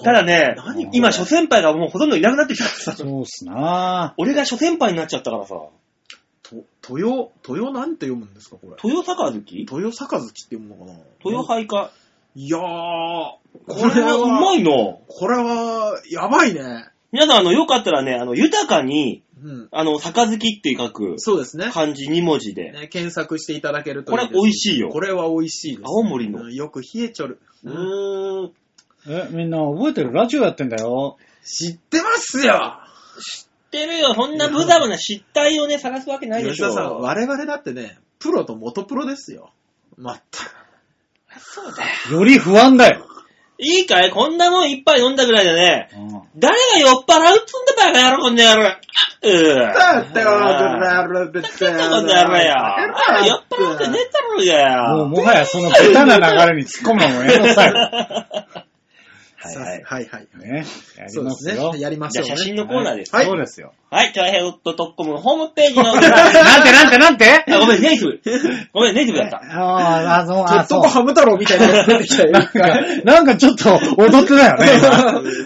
B: ただね
C: 何これ、
B: 今、諸先輩がもうほとんどいなくなってきた からさ。
D: そうっすな
B: 俺が諸先輩になっちゃったからさ。
C: と、豊、豊なんて読むんですか、これ。
B: 豊坂月
C: 豊坂月って読むのかな
B: 豊杯か。
C: いやー、こ
B: これはうまいの。
C: これは、やばいね。
B: 皆さん、あの、よかったらね、あの、豊かに、
C: うん。
B: あの、坂月って書く
C: そうですね。
B: 漢字2文字で。
C: ね検索していただけると
B: これ美味
C: し
B: しいよ。
C: これは美味しいです。
B: 青森の
C: うんよく冷えちょる。
B: う
C: うん
B: ーん。
D: え、みんな覚えてるラジオやってんだよ。
C: 知ってますよ
B: 知ってるよ、そんな無駄な失態をね、探すわけないで
C: 吉
B: しょ。
C: 田さん、我々だってね、プロと元プロですよ。まったく。
B: そうだよ。
D: より不安だよ。
B: いいかいこんなもん一杯飲んだぐらいでね、
D: うん
B: 誰が酔っ払うっつんだバカ野郎、こんな野郎。うー。
C: だってよ、
B: あー
C: ドラロベ
B: ちょっとこんな野郎よ。酔っ払ってねえだろう
D: も
B: がよ。
D: うもはやそのベタな流れに突っ込むのもめんどくさい。
B: はい
C: は
B: はいい。
C: はいはい。
D: ね。やり
C: そうで
D: ますすよ。
C: ね。やりまし
B: じ
C: ょ
B: ゃ
C: う
B: あ
C: ね。
B: 写真のコーナーです。
C: はい
D: そうですよ。
B: はい、ちょいへット .com ホームページの。
D: なんてなんてなんて
B: あごめん、ネイティブ。 ごめん、ネイティブだった。
D: あーあ、そう、
C: ちょ
D: あ、
C: っと
D: そう
C: こ。ハム太郎みたいなやつ出てきたよ。
D: なん か、なんかちょっと踊ってたよね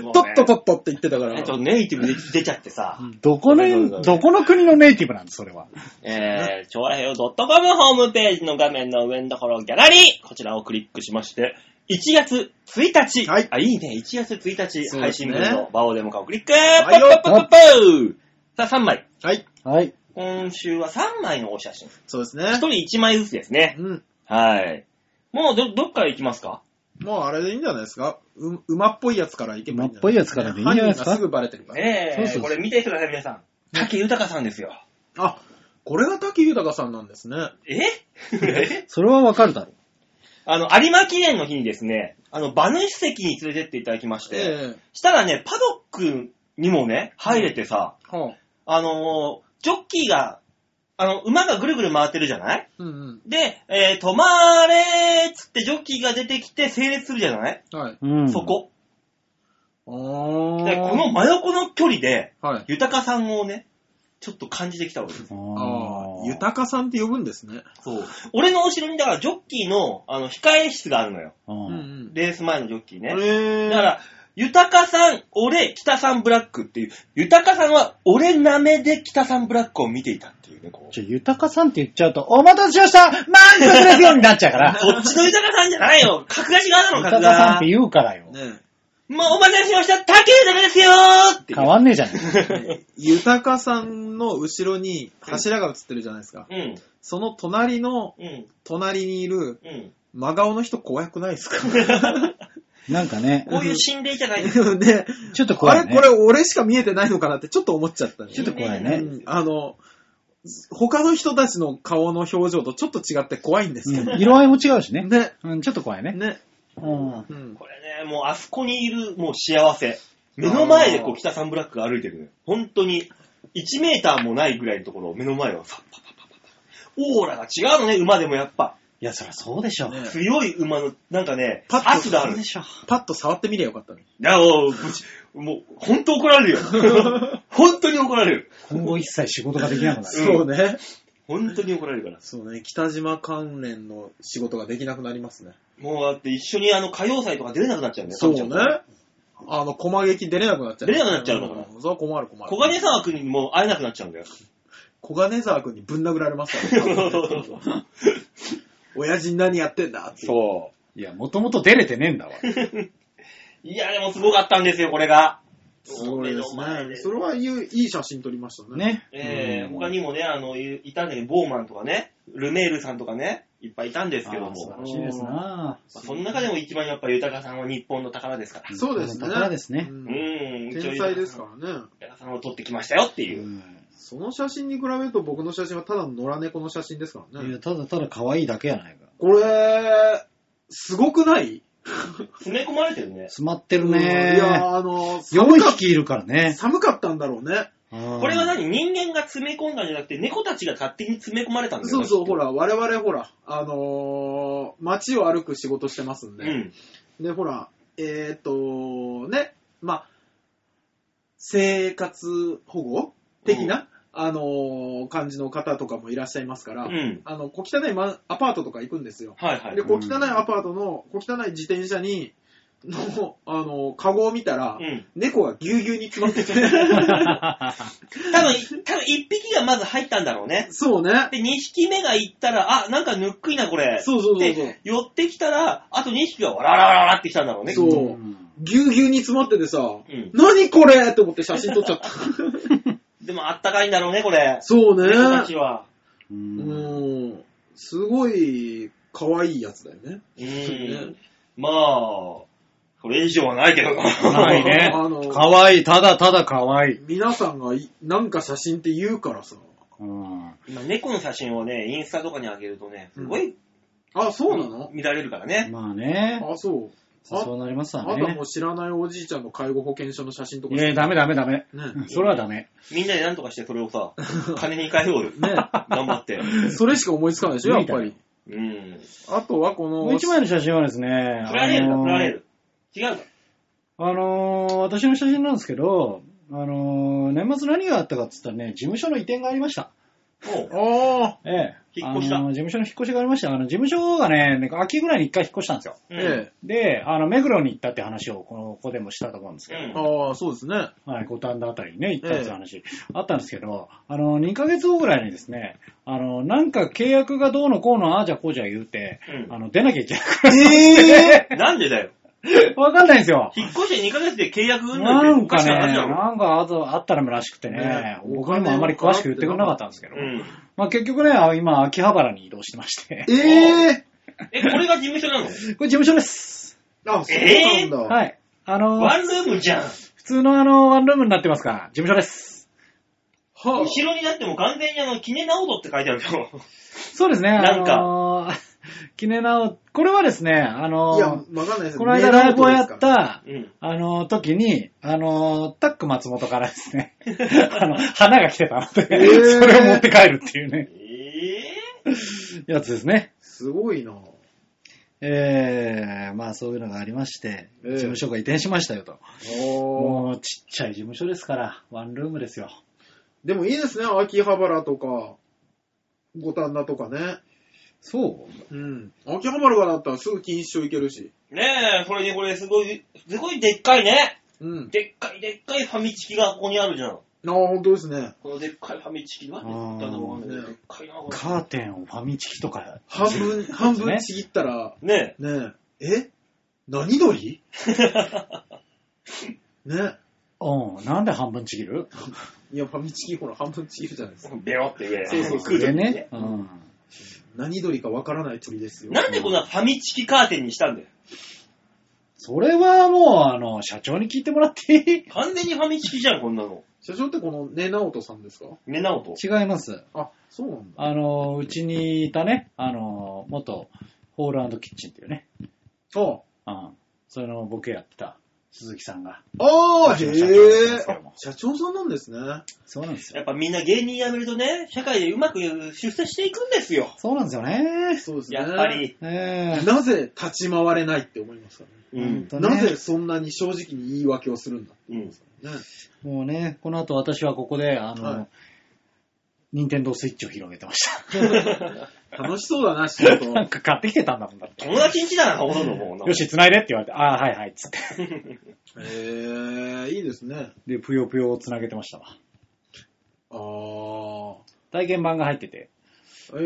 D: 今。
C: とっととっとって言ってたか
B: え
C: ら
B: っ。と、ネイティブで出ちゃってさ、
D: どこの、どこの国のネイティブなんです、それは。
B: えー、ちょいへット .com ホームページの画面の上のところ、ギャラリー、こちらをクリックしまして、1月1日、
C: はい
B: あ、いいね、1月1日、
C: そうで
B: 配
C: す
B: 信
C: ね
B: 分のバオデモカをクリック、
C: いよ
B: ポッポッポッポッポーさあ、3枚。
C: はい。
D: はい。
B: 今週は3枚のお写真。
C: そうです
B: 1
C: ね。
B: 人1枚ずつですね。
C: うん。
B: はい。もうど、どっから行きますか
C: もうあれでいいんじゃないですか。う馬っぽいやつからいけばいいんじゃな
D: 馬っぽ
C: い
D: いやつからでいいんじゃないです
C: 犯人
D: か
C: がすぐバレてるから。
B: ええ
D: そうそうそう
B: これ見てください、皆さん。竹豊さんですよ。
C: あ、これが滝豊さんなんですね。
B: え
D: それはわかるだろう。
B: あの、有馬記念の日にですね、あの、馬主席に連れてっていただきまして、
C: え
B: したらね、パドックにもね、入れてさ、
C: えはあ。
B: あのージョッキーが、あの、馬がぐるぐる回ってるじゃない
C: うん
B: で、えー、止まれーっつってジョッキーが出てきて整列するじゃない、
C: うん。はい。
D: うん。
B: そ。こ。
C: お
B: で、この真横の距離で、
C: はい。
B: 豊さんをね、ちょっと感じてきたわけです。
C: ああ、
D: ゆた。
C: 豊さんって呼ぶんですね。
B: そう。俺の後ろに、だから、ジョッキーの、あの、控え室があるのよ。
D: う。
C: うんん
B: レース前のジョッキー
C: う
B: ね
C: ん。。え
B: だから、豊かさん、俺、北さんブラックっていう、豊かさんは俺なめで北さんブラックを見ていたっていうね、こう。
D: じゃあ、ゆたかさんって言っちゃうと、お待たせしました満足ですよになっちゃう から。
B: こっちの豊かさんじゃないよ格が違うだろ、
D: ゆ
B: 格
D: たかさんっ
B: が
D: て。言うからよ。
C: ね
B: もうお待たせしました竹豊ですよーっていう
D: 変わんねえじゃねえか。
C: え、豊さんの後ろに柱が映ってるじゃないですか。
B: うん、
C: その隣の、
B: うん、
C: 隣にいる
B: うん。
C: 真顔の人怖くないですか
D: なんかね、
B: こういう心霊じゃないです。
C: ね、
D: ちょっと
C: あ
D: 怖い
C: れ
D: ね。
C: これ俺しか見えてないのかなってちょっと思っちゃったね
D: ちょっと怖い
B: 心霊じゃな
D: ね
C: うんあの、他の人たちの顔の表情とちょっと違って怖いんですけど。
D: うん色合いも違うしね。
C: ね。
D: うん、ちょっと怖いね。
C: ね。
D: うん。
C: うん。
B: これね、もうあそこにいる、もう幸せ。目の前でこう、北サンブラックが歩いてるのよ。本当に、1メーターもないぐらいのところを目の前をさ、パパパパパオーラが違うのね、馬でもやっぱ。
D: いや、そりゃそうでしょ。
C: ね
B: 強い馬の、なんかね、
C: パッと
B: 圧があ
D: そ
B: る
D: うで。しょ。
C: パッと触ってみりゃよかったね。
B: いや、もう、ぶちもう、本当怒られるよ。本当に怒られる。
D: 今後一切仕事ができなくなる。
C: そうね。
B: 本当に怒られるから。
C: そうね。北島関連の仕事ができなくなりますね。
B: もうだって一緒にあの歌謡祭とか出れなくなっちゃうんだよ、
C: そう
B: か
C: ね
B: みちゃんと。。
C: あの、駒劇出れなくなっちゃう。
B: 出れなくなっちゃうから
C: んそれは困る困る。
B: 小金沢君にも会えなくなっちゃうんだよ。
C: 小金沢君にぶん殴られますからね。 親父に何やってんだって。
D: そう。いや、もともと出れてねえんだわ。
B: いや、でもすごかったんですよ、これが。
C: すごいです
B: お目の前
C: ね。それはいいいい写真撮りましたね。
D: ね。
B: えー
D: うん
B: 他にもね、あの、いいたんだけど、ボーマンとかね、ルメールさんとかね、いっぱいいたんですけど
D: あー素晴
B: も、
D: らしいですな
B: まあその中でも一番やっぱ豊さんは日本の宝ですから。
C: そうですね。
D: 宝ですね
C: う
B: うんん、
C: 天才ですからね。
B: 豊さんを取ってきましたよっていうう。
D: ん
C: その写真に比べると僕の写真はただの野良猫の写真ですから
D: いや
C: ね。
D: ただただ可愛いだけやないか。
C: これ、すごくない
B: 詰め込まれてるね。
D: 詰まってる
C: い
D: ね。
C: や、あの、寒
D: 4
C: かっ
D: 匹いるからね。
C: 寒かったんだろうね。
D: こ
B: これは何人間が詰め込んだんじゃなくて、猫たちが勝手に詰め込まれたんだよ
C: そうそう、ほ
B: ら。
C: ら、我々ほら、あのー街を歩く仕事してますん
B: う
C: で。
B: ん。
C: で、ほら、えっ、と、ね、まあ、生活保護的な、あのー感じの方とかもいらっしゃいますから、
B: うん。
C: あの、小汚いマンアパートとか行くんですよ。
B: はいはい
C: で、。小汚いアパートの、小汚い自転車に、の、あの、カゴを見たら、
B: うん。
C: 猫がぎゅうぎゅうに詰まってて。
B: 多分、多分一匹がまず入ったんだろうね。
C: そうね。
B: で、2匹目が行ったら、あ、なんかぬっくいな、これ。
C: そうそうそうそう
B: で。寄ってきたら、あと2匹がわらわらわらわらってきたんだろうね。
C: そうぎゅうぎゅうに詰まっててさ、
B: ん
C: 何これって思って写真撮っちゃった。
B: でもあったかいんだろうね、これ。
C: そうね。
B: 猫たちは。
D: う。
C: うんん。すごい、可愛いやつだよね。
B: う
C: ね
B: ん。まあ、これ以上はないけどな。
D: ないね
C: あの。
D: 可愛い、ただただ可愛い。
C: 皆さんがい、なんか写真って言うからさ。
D: うん。
B: 今、猫の写真をね、インスタとかに上げるとね、すごい
C: あ、そうなの、
B: 見られるからね。
D: まあね。
C: あ、そう。あ
D: そうなります
C: あ
D: わ
C: とは
D: ね
C: もう。知らないおじいちゃんの介護保険証の写真とか
D: いや、ダメダメダメ。
C: ね。
D: それはダメ。
B: みんなでなんとかしてそれを さ、金に変えようよ。
C: ね
B: 頑張って。
C: それしか思いつかないでしょ、やっぱ
D: 無理
C: り。
B: うん。
C: あとはこ
D: も
C: の
D: う、一枚の写真はですね、
B: 振られる
D: あ
B: か、
D: のー
B: 振られる。違うか。
D: あのー私の写真なんですけど、あのー年末何があったかっつったらね、事務所の移転がありました。
B: おう
C: ああ、
D: ええ。
B: 引っ越した
D: あのー事務所の引っ越しがありました。あの、事務所がね、秋ぐらいに一回引っ越したんですよ。
B: うん
C: ええ。
D: で、あの、目黒に行ったって話を、この、ここでもしたと思うんですけど、
B: うん
C: ああ、そうですね。
D: はい、五反田あたりにね、行ったっていう話、あったんですけど、あの、2ヶ月後ぐらいにですね、あの、なんか契約がどうのこうの、ああじゃこうじゃ言うて、
B: うん
D: あの、出なきゃいけなくなって、
B: なんでだよ。
D: わかんないんですよ。
B: 引っ越して2ヶ月で契約うん
D: な
B: ぬんっ
D: ん
B: ておか
D: か
B: し
D: ね、
B: な話だろ。
D: なんかあとあったららしくて
C: ね
D: ね、僕にもあまり詳しく言ってくれなかったんですけど、
B: うん。
D: まあ結局ね、あ今、秋葉原に移動してまして、
C: ええ
B: え、これが事務所なの
D: これ事務所です。
C: あ、そうなんだ。
D: はい。あの、
B: ワンルームじゃん。
D: 普通のあの、ワンルームになってますから、事務所です。
C: は
B: 後ろになっても完全にあの、キネナオドって書いてあるよ。
D: そうですね。
B: なんか
D: あのー、 キネナオ、これはですね、あ
C: あ、
D: のー
C: いや、わかんないです
D: この間ライブをや
C: 狙
D: っ。
C: うことですから
D: た、
B: うん。
D: あのー時に、あのータック松本からですね、 あの、花が来てたので、
C: ー
D: それを持って帰るっていうね、
B: え
D: やつですね。
C: すごいな。
D: えー、まあそういうのがありまして、
C: ええ
D: 事務所が移転しましたよと。
C: おー
D: もうちっちゃい事務所ですから、ワンルームですよ。
C: でもいいですね、秋葉原とか、五反田とかね。
D: そう
C: うん。秋葉原がだったらすぐ錦糸町行けるし。
B: ー、ねえ、これね、これすごい、すごいでっかいね。
C: うん。
B: でっかいでっかいファミチキがここにあるじゃん。
C: ああ、本当ですね。
B: このでっかいファミチキは
D: あー
B: ね、だのでっかいな、こ
D: カーテンをファミチキとか、
C: 半 分、半分ちぎったら、
B: れ。ね
C: ねえ、え何 鳥ね
D: うん、なんで半分ちぎる
C: いや、ファミチキほら半分ちぎるじゃないですか。
B: え。ベロって上。
C: そうそう
B: 食う時
D: で
B: に
D: ね
B: ね。。
D: うん。
C: 何鳥かわからない鳥ですよ。
B: なんでこんなファミチキカーテンにしたんだよ。
D: それはもう、あの、社長に聞いてもらっていい
B: 完全にファミチキじゃん、こんなの。
C: 社長ってこのね直人さんですか
B: ねなおと。
D: 違います。
C: あ、そうなんだ。
D: あの、うちにいたね、あの、元、ホールキッチンっていうね、
C: あ
D: うん。そのボケやってた、鈴木さんが。
C: ああ、へ
D: うちの社長なんです
C: え
D: けども。
C: 社長さんなんですね。
D: そうなんですよ。
B: やっぱみんな芸人辞めるとね、社会でうまく出世していくんですよ。
D: そうなんですよね。
C: そうですね。
B: やっぱ。り。
D: ええ
C: なぜ立ち回れないって思いますかね。
B: う
D: 本
B: ん。
D: 当
C: なぜ
D: ね。
C: そんなに正直に言い訳をするんだって
B: うん。
C: ね。
D: もうね、この後私はここで、あの、
C: はい
D: ニンテンドースイッチを広げてました。
C: 楽しそうだな、仕事。
D: なんか買ってきてたんだもんだって。
B: 友達んちだな、ほとんどもうな。
D: よし、繋いでって言われて、ああ、はいはい、つって。
C: えー、いいですね。
D: で、ぷよぷよを繋げてましたわ。
C: あー。
D: 体験版が入ってて。
C: え
D: あの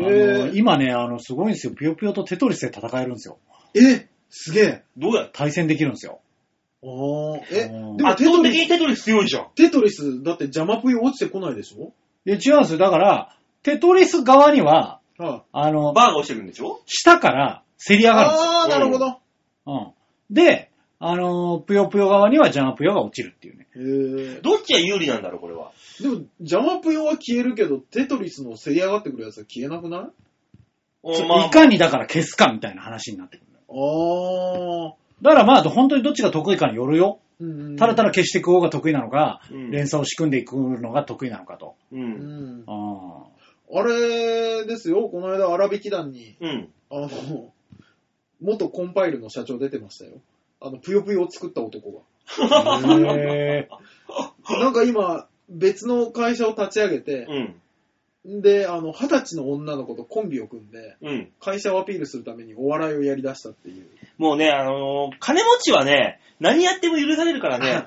C: ー、
D: 今ね、あの、すごいんですよ。ぷよぷよとテトリスで戦えるんですよ。
C: え、すげえ。
B: どうや
D: 対戦できるんですよ。
C: あー、え、でも
D: うん
B: 圧
C: テ
B: 倒
C: ト
B: 的
C: リ
B: にテトリス強いじゃん。
C: ス、テトリス、だって邪魔ぷよ落ちてこないでしょ
D: で、違うんですよ。だから、テトリス側には、
C: あ
D: あの、
B: バーが落ちてくるんでしょ
D: 下から競り上がるんですよ。
C: あー、なるほど。
D: うん。で、あの、ぷよぷよ側にはジャンプよが落ちるっていうね。
C: えー、
B: どっちが有利なんだろう、これは。
C: でも、邪魔ぷよは消えるけど、テトリスの競り上がってくるやつは消えなくない
B: うんまあ
D: いかにだから消すかみたいな話になってくる。
C: あー。
D: だからまあ、本当にどっちが得意かによるよ。
C: うん
D: ただただ消していく方が得意なのか、
B: うん
D: 連鎖を仕組んでいくのが得意なのかと。
B: う。
C: うんん。
D: あ
C: あれですよ、この間、荒引き団に、
B: うん。
C: あの、元コンパイルの社長出てましたよ。あの、ぷよぷよを作った男が。
D: ーへ
C: なんか今、別の会社を立ち上げて、
B: うん。
C: で、あの、二十歳の女の子とコンビを組んで、
B: うん。
C: 会社をアピールするためにお笑いをやり出したって いう。
B: もうね、あのー金持ちはね、何やっても許されるから ね。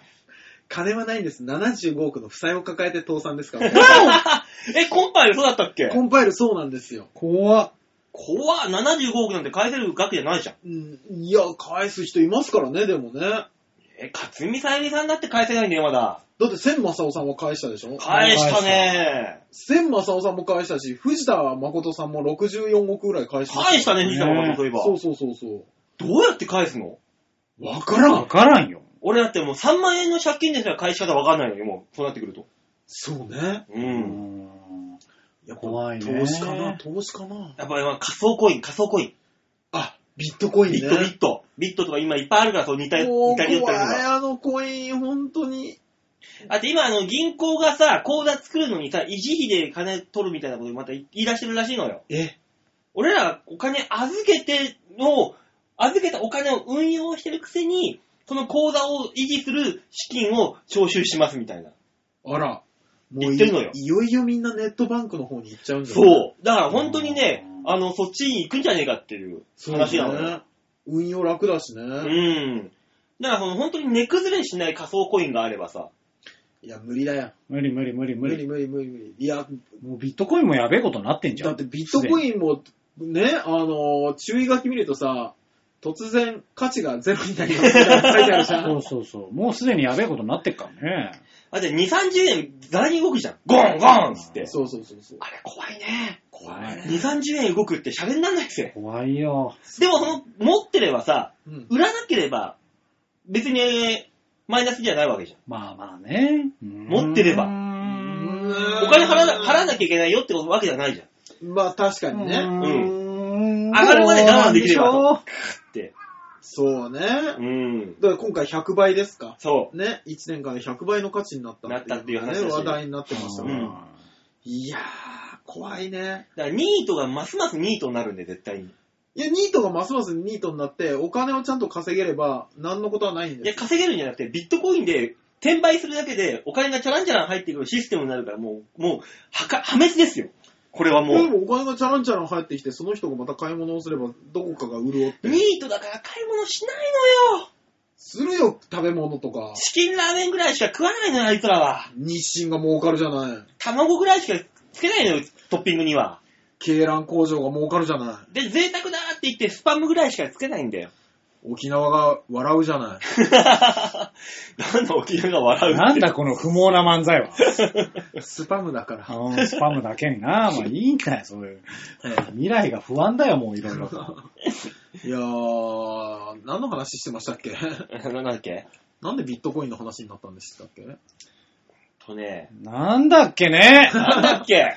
C: 金はないんです。75億の負債を抱えて倒産です から、
B: え、コンパイルそうだったっけ
C: コンパイルそうなんですよ。
D: 怖っ。
B: 怖っ、75億なんて返せる額じゃないじゃん。
C: うん、いや、返す人いますからね、でもね。だ
B: え、勝見さゆりさんだって返せないんだよ、まだ。
C: って、千正夫さんは返したでしょ
B: 返したね
C: 千正夫さんも返したし、藤田誠さんも64億ぐらい返しました。
B: 返したね、藤田誠、そういえば。
C: そうそうそうそう。
B: どうやって返すの
C: わから
D: わ
C: ん
D: からんよ。
B: 俺だってもう3万円の借金ですら返し方わかんないのよ、もう。そうなってくると。
C: そうね。
B: う。
D: うんん。
C: やっぱ
D: 怖いね
C: 投資かな投資かな
B: やっぱ今仮想コイン、仮想コイン。
C: あ、ビットコインね。
B: ビット、ビット。ビットとか今いっぱいあるから、そう似た、似
C: もう
B: た
C: 怖
B: り寄
C: い、
B: ったりとか。
C: あのコイン、本当に。
B: あと今、あの、銀行がさ、口座作るのにさ、維持費で金取るみたいなことまた言い出してるらしいのよ。
C: え
B: 俺ら、お金預けての、預けたお金を運用してるくせに、その口座を維持する資金を徴収しますみたいな。
C: あら。も
B: 言
C: う
B: っ
C: い
B: てるのよ
C: いよいよみんなネットバンクの方に行っちゃうんじゃない
B: そう。だから本当にね、あの、そっちに行くんじゃねえかっていう
C: そう
B: 話なのよ。
C: ね。運用楽だしね。
B: うん。だからその本当に値崩れしない仮想コインがあればさ、
C: いや、無理だよ。
D: 無理無理無理無
C: 無
D: 理
C: 理。無理無理無理。いや、
D: もうビットコインもやべえことになってんじゃん。
C: だってビットコインもね、あのー注意書き見るとさ、突然価値がゼロになりますみたいなの書いてあるじゃ。
D: そうんそうそう。もうすでにやべえことになってっからね。
B: あと2、30円ざらに動くじゃん。ゴンゴンっつって。
C: そうそうそうそう。
B: あれ怖いね。
D: 怖
B: 2、。30円動くってシャレになんないっすよ。
D: 怖いよ。
B: でもその、持ってればさ、
C: うん、
B: 売らなければ、別に、えーマイナスじゃないわけじゃん。
D: まあまあね。持
B: 持ってれば
D: うーん。
B: お金払わな
C: うん
B: 払わなきゃいけないよってことわけじゃないじゃん。
C: まあ確かにね。
B: 上
D: ん
B: がるまで我慢できればと
D: そう
B: って。
C: そうね。だか
B: うん。
C: ら今回100倍ですか。
B: そ
C: ね、1年間で100倍の価値になったのが
B: なったっていう話だ
C: ね、
B: し
C: 話題になってましたか
D: なんでしょう
C: ら。
B: うん
C: いやー、怖いね。
B: う。だからニートがますますニートになるんで、絶対に。
C: いや、ニートがますますニートになって、お金をちゃんと稼げれば、何のことはないん
B: い
C: で
B: や、
C: す。
B: 稼げるんじゃなくて、ビットコインで転売するだけで、お金がチャランチャラン入ってくるシステムになるから、もう、もう、はか、破滅ですよ。これはも
C: で
B: う。
C: もお金がチャランチャラン入ってきて、その人がまた買い物をすれば、どこかが潤って。
B: ニートだから買い物しないのよ。
C: するよ、食べ物とか。
B: チキンラーメンぐらいしか食わないのよ、あいつらは。
C: 日清が儲かるじゃない。
B: 卵ぐらいしかつけないのよ、トッピングには。
C: 鶏卵工場が儲かるじゃない。
B: で、贅沢だーって言って、スパムぐらいしかつけないんだよ。
C: 沖縄が笑うじゃない。
B: なんだ沖縄が笑うって
D: なんだこの不毛な 漫才は。
C: スパムだか
D: あ
C: ら。
D: のスパムだけにな。まあいいんだよ、そういう。未来が不安だよ、もういろ いろと。
C: いやー、何の話してましたっけ
B: なんだっけ
C: なんでビットコインの話になったんでしたっけ
B: と ね、
D: なんだっけね。
B: なんだっけ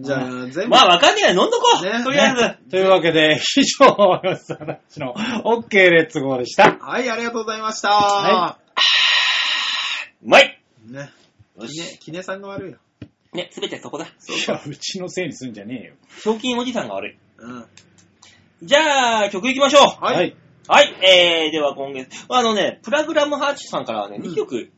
C: じゃあ、全部。
B: まあわかんねえから飲んどこう、
C: ね
B: とりあえず。
D: ね というわけで、以上、よしさなしの OK レッツゴーでした。
C: はい、ありがとうございました。
D: は
B: うまい
C: ね。
B: よ
C: きね、きねさんが悪いよ。
B: ね、すべてそこだ。
D: いや、うちのせいにすんじゃねえよ。
B: 賞金おじさんが悪い。
C: うん。
B: じゃあ、曲行きましょう。
C: はい。
B: はい、えー、では今月。あのね、プラグラムハーチさんからはね、2曲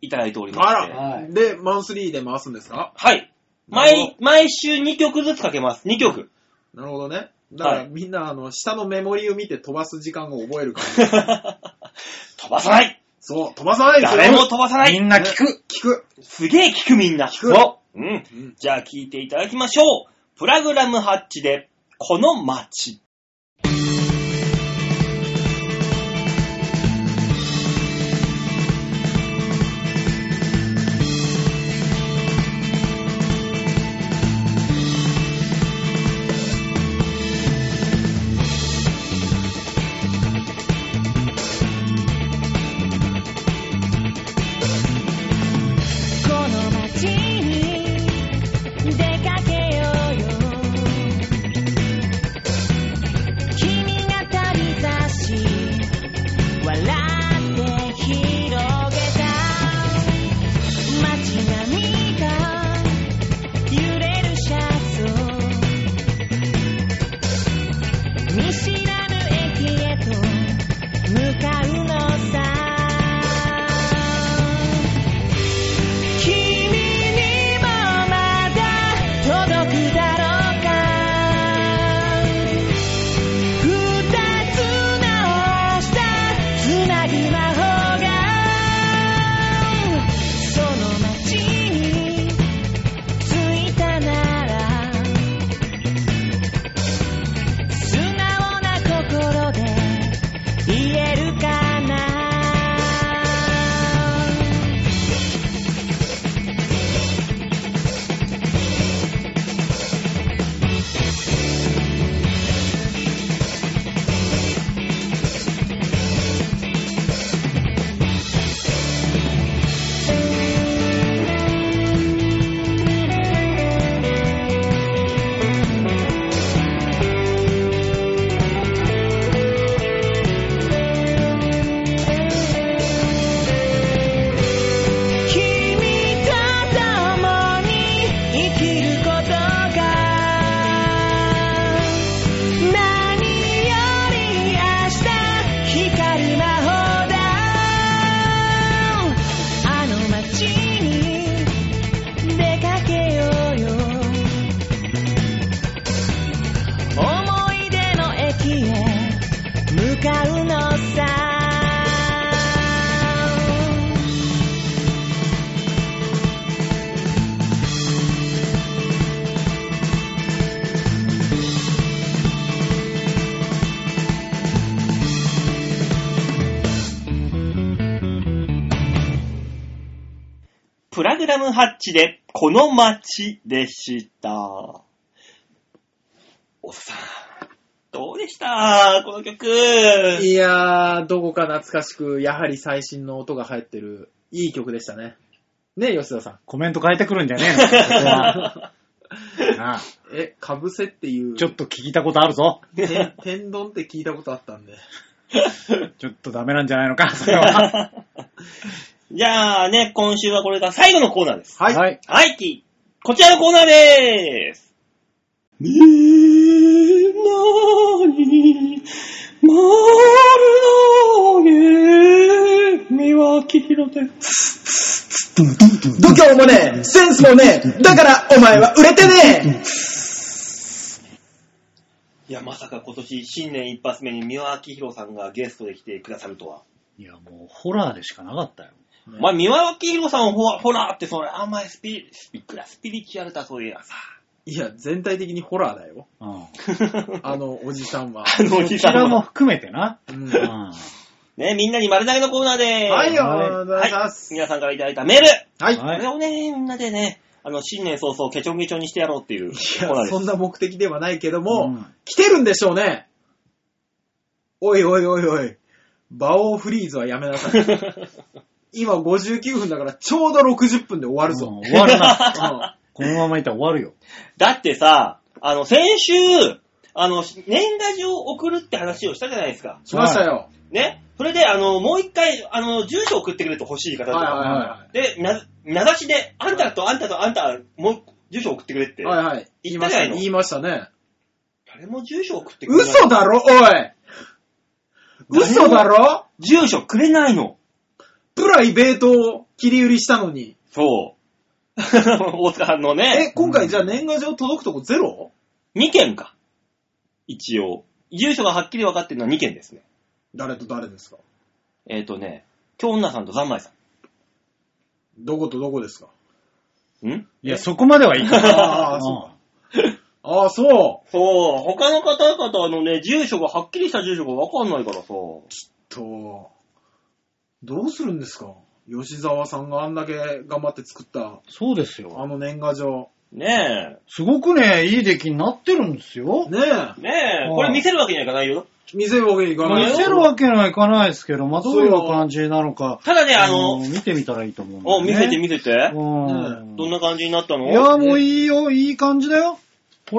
B: いただいておりま
C: あ
B: して。
C: ら、
D: はい
C: で、マンスリーで回すんですか
B: はい。毎、毎週2曲ずつかけます。2曲。
C: なるほどね。だから、
B: はい
C: みんな、あの、下のメモリを見て飛ばす時間を覚えるから。
B: 飛ばさない
C: そう、飛ばさないですよ。
B: 誰も飛ばさな
D: み
B: い
D: んな聞く。
C: 聞く。
B: すげえ聞くみんな。聞
C: く
B: そう。うん。
C: うん
B: じゃあ聞いていただきましょう。プラグラムハッチで、この街。
E: この街に出かけようよ君が旅立し笑って広げた街並みが揺れるシャツを見知らぬ駅へと向かうのさ「君にもまだ届くだろうか」「二つの明日つなぎ魔法が」「その街に着いたなら」「素直な心で言えるかな」君と共に生きることが何より明日光る魔法だあの街に出かけようよ思い出の駅へ向かうのさ
B: プラグラムハッチで、この街でした。おっさん、どうでしたこの曲。
C: いやー、どこか懐かしく、やはり最新の音が入ってる、いい曲でしたね。ねえ、吉田さん。
D: コメント変えてくるんじ ゃねえのここはなあ
C: え、かぶせっていう、
D: ちょっと聞いたことあるぞ。
C: て天丼って聞いたことあったんで。
D: ちょっとダメなんじゃないのか、 それは。
B: じゃあね、今週はこれが最後のコーナーです。
C: はい。
D: はい。
B: はい、きこちらのコーナーでーす。みんなに、丸投げ、三輪明宏です。
A: 度胸もねえ、センスもねえ、だからお前は売れてね
B: いや、まさか今年新年一発目に三輪明宏さんがゲストで来てくださるとは。
D: いや、もうホラーでしかなかったよ。
B: お前、三輪明宏さんをほら、ほらって、それ、あんまりスピリ、いくらスピリチュアルだそういえばさ。
C: いや、全体的にホラーだよ。
D: うん。
C: あの、おじさん
B: あ
C: は。
B: のおじ
D: こち
B: さん
D: らも
B: も。
D: 含めてな。
C: うん。
D: うん。
C: は
D: は
B: ね、みんなに丸投げのコーナーでー
C: い、
B: す。
C: おはようござ
B: はいい
C: ます。
B: 皆さんからいただいたメール。
C: はい。
D: い
B: これをね、みんなでね、あの、新年早々、ケチョンケチョンにしてやろうっていうコ
C: い
B: ーナー
C: や、
B: で
C: そん
B: す。
C: な目的ではないけども、
D: うん
C: 来てるんでしょうね。おいおいおいおい、バオフリーズはやめなさ い。今59分だからちょうど60分で終わる
D: う
C: ぞ
D: ん。終わるな。
C: うん
D: このままいったら終わるよ。
B: だってさ、あの、先週、あの、年賀状を送るって話をしたじゃないですか。
C: しましたよ。
B: ね。それで、あの、もう一回、あの、住所送ってくれと欲しい方
C: はい
B: とか。
C: は
B: で、な、名指しで、あんたとあんたとあんた、もう、住所送ってくれっ
C: い
B: て。
C: はい。はいはい。言い
B: 言っ
C: ま
B: た
C: し
B: じゃない
C: たね。
B: の
C: 言いましたね。
B: 誰も住所送ってくれない。
C: 嘘だろ、おい嘘だろ
B: 住所くれないの。
C: プライベートを切り売りしたのに。
B: そう。 大塚さんのね、
C: え、今回じゃあ年賀状届くとこゼロ
B: 2件か。一応。住所がはっきり分かってるのは2件ですね。
C: 誰と誰ですか
B: えっ、とね、京女さんとざんまいさ
C: どことどこですか
B: ん。ん
D: いや、そこまではいいか
C: あ
D: な。
C: あ、そうか。ああ、そう。
B: そう、他の方々のね、住所がはっきりした住所が分かんないからさ。
C: と、どうするんですか吉沢さんがあんだけ頑張って作った、
D: そうです
C: あ
D: よ。
C: の年賀状。
B: ね
D: すごくね、いい出来になってるんですよ。
C: ね
B: え。ねえ、これ見せるわけにはいかないよ。
C: え、見せるわけにいかない
D: 見
C: よ。
D: せるわけにはいかないですけど、まあ、どういう感じなのか、
B: ただね、あ
D: う
B: の、
D: ん見てみたらいいと思うんだ
B: お、
D: よね。
B: 見せて見せて。
D: うん
B: どんな感じになったの
D: いや、もういいよ、いい感じだよ。ほ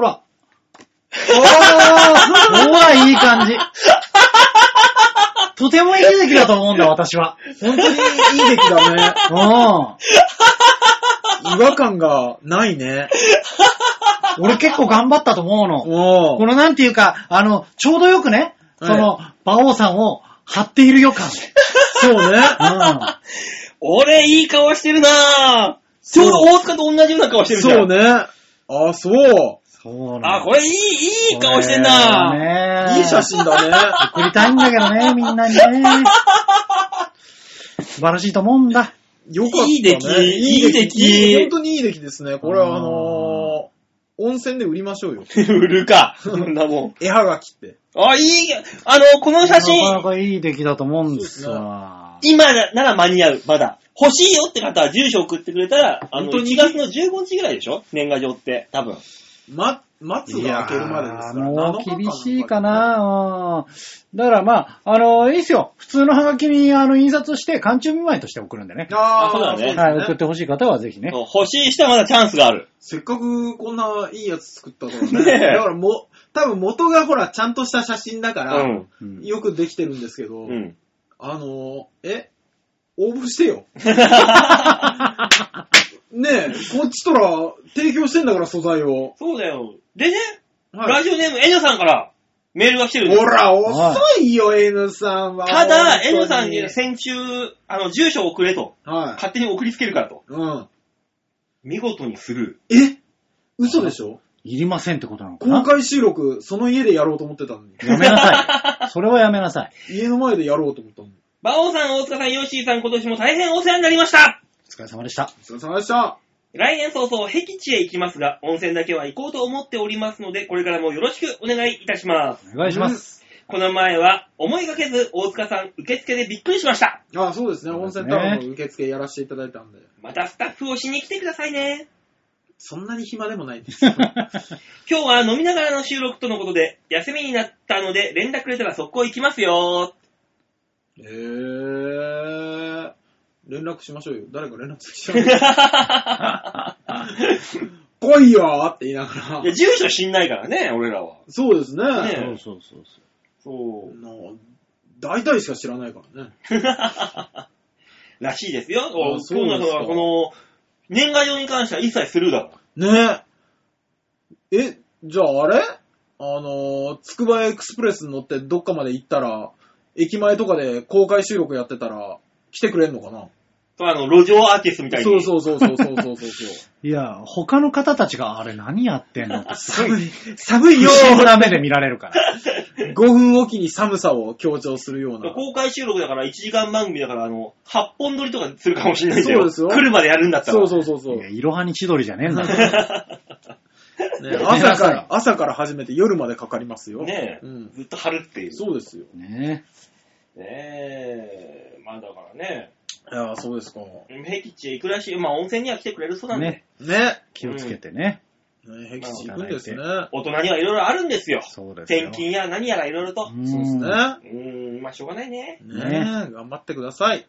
D: ら。おーほら、いい感じ。とてもいい出来だと思うんだ、私は。
C: 本当にいい出来だね。
D: う
C: 違和感がな いね。
D: ん。俺結構頑張ったと思うの。
C: お
D: こ
C: ー
D: のなんていうか、あの、ちょうどよくね、
C: はい
D: その、馬王さんを張っている予感。
C: そうね。
D: う
B: 俺、いい顔してるなぁ。ちょうど大塚と同じような顔してるじゃん。
C: そうね。ああ、そう。
D: ん。そう
B: あ、
D: な
B: これいい、いい顔してんなぁ。
D: ね
C: いい写真 だ
D: 送りたいんだけどね、みんなにね。素晴らしいと思うんだ。
C: ね。よかった、ね。
B: いい出来
C: いい出
B: いい出来
C: 来。本当にいい出来ですね。これはあのー、温泉で売りましょうよ。
B: 売るか。そんなもん。
C: 絵はがきって。
B: あ、いい、あの、この写
D: なかな
B: 真、
D: かいい出来だと思うんです
C: そうです
D: わ。
B: 今なら間に合う、まだ。欲しいよって方は住所送ってくれたら、あの、
C: 本当に
B: 1月の15日ぐらいでしょ年賀状って、多分。
C: ま、松が開けるまでですから。
D: も
C: 7日
D: う
C: 間
D: 厳しいかな。うんだからまあ、あの、いいっすよ。普通のハガキに、あの、印刷して、寒中見舞いとして送るんでね。
C: あ
B: あ
C: あ、
B: そうだね
C: です
D: はい、送ってほしい方はぜひね。
B: そう欲しい人はまだチャンスがある。
C: せっかくこんないいやつ作ったから
B: ね
C: ね。
B: え
C: だからもう、多分元がほら、ちゃんとした写真だか
B: う
C: ら、
B: ん。
D: うん
C: よくできてるんですけど、
B: うん。
C: あのー、え応募してよ。ねえ、こっちとら提供してんだから素材を。
B: そうだよ。でね、
C: は
B: ラ
C: い
B: ジオネーム、エヌさんからメールが来てるんです
C: ほら、遅いよ、N さんは。
B: ただ、
C: 本当
B: N さんに先週、あの、住所を送れと。
C: はい。
B: 勝手に送りつけるからと。
C: うん。
B: 見事にスル
C: え嘘でしょ
D: いりませんってことなのか
C: 公
D: な
C: 開収録、その家でやろうと思ってたのに。
D: やめなさい。それはやめなさい。
C: 家の前でやろうと思ったのに。
B: ー。馬王さん、大塚さん、ヨッシーさん、今年も大変お世話になりました
D: お疲れ様でした。
C: お疲れ様でした。
B: 来年早々、僻地へ行きますが、温泉だけは行こうと思っておりますので、これからもよろしくお願いいたします。
D: お願いします。
B: この前は、思いがけず、大塚さん、受付でびっくりしました。
C: あそうですね。
D: そう
C: 温
D: ですね
C: 泉タワーの受付やらせていただいたんで。
B: またスタッフをしに来てくださいね。
C: そんなに暇でもないですけど。
B: 今日は飲みながらの収録とのことで、休みになったので、連絡くれたら速攻行きますよ。
C: えー。連絡しましょうよ。誰か連絡しましょう。 来いよーって言いなが
B: いや
C: ら。
B: 住所知んないからね、俺らは。
C: そうですね。
B: え
D: そうそうそうそう。
B: そ
C: の大体しか知らないからね。
B: らしいですよ。
C: あそう
B: 今日
C: なん
B: の
C: ですか
B: は、この、年賀状に関しては一切スルーだから。
C: ねえ。え、じゃああれあのー、つくばエクスプレスに乗ってどっかまで行ったら、駅前とかで公開収録やってたら、来てくれんのかな
B: そうあの、路上アーティストみたいに。
C: そうそうそうそうそうそうそう。
D: いや、他の方たちが、あれ何やってんの って、すごい、
C: 寒い
D: 不
C: よ
D: 思議な目で見られるから。
C: 5分おきに寒さを強調するような。
B: 公開収録だから1時間番組だから、あの、8本撮りとかするかもしれないんだ
C: そう
B: よ。
C: ですよ
B: 来るまでやるんだったら。
C: そうそうそうそう
D: い。や、いろはに千鳥じゃねえんだよ。
C: ね朝から、朝から始めて夜までかかりますよ。
B: ねえ、
C: うん
B: ずっと貼るっていう。
C: そうですよ。
D: ね
B: ねえ、まあだからね、
C: いやー、そうですか。
B: 僻地へ行くらしい。まあ温泉には来てくれるそうなんで、
D: ね
C: ね。
D: 気をつけてね。
C: ねへき地行くんですね。
B: 大人にはいろいろあるんですよ。
D: そうですよ
B: 転。勤や何やらいろいろと。
D: うん
C: そうですね。
B: うーん、まあしょうがないね。
C: ねえ、頑張ってください。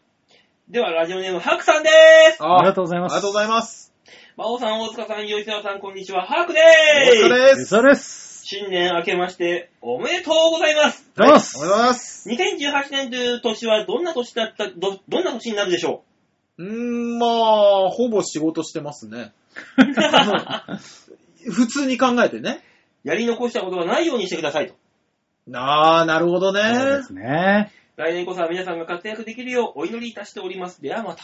B: では、ラジオネーム、ハクさんです。
D: ありがとうござい
C: あ
D: ま
C: り
D: す。
C: がとうございます。
B: 馬王さん、大塚さん、吉沢さん、こんにちは。ハクで
C: お
B: ーす。
C: 疲れです。
D: そうです。
B: 新年明けまして、おめでとうございます。
D: どうもっす
C: おはようございます。
B: 2018年という年はどんな年だった、ど、どんな年になるでしょ
C: うーん、まあ、ほぼ仕事してますね。普通に考えてね。
B: うやり残したことがないようにしてくださいと。
C: あー、なるほどね。
D: そうですね。
B: 来年こそは皆さんが活躍できるようお祈りいたしております。ではまた。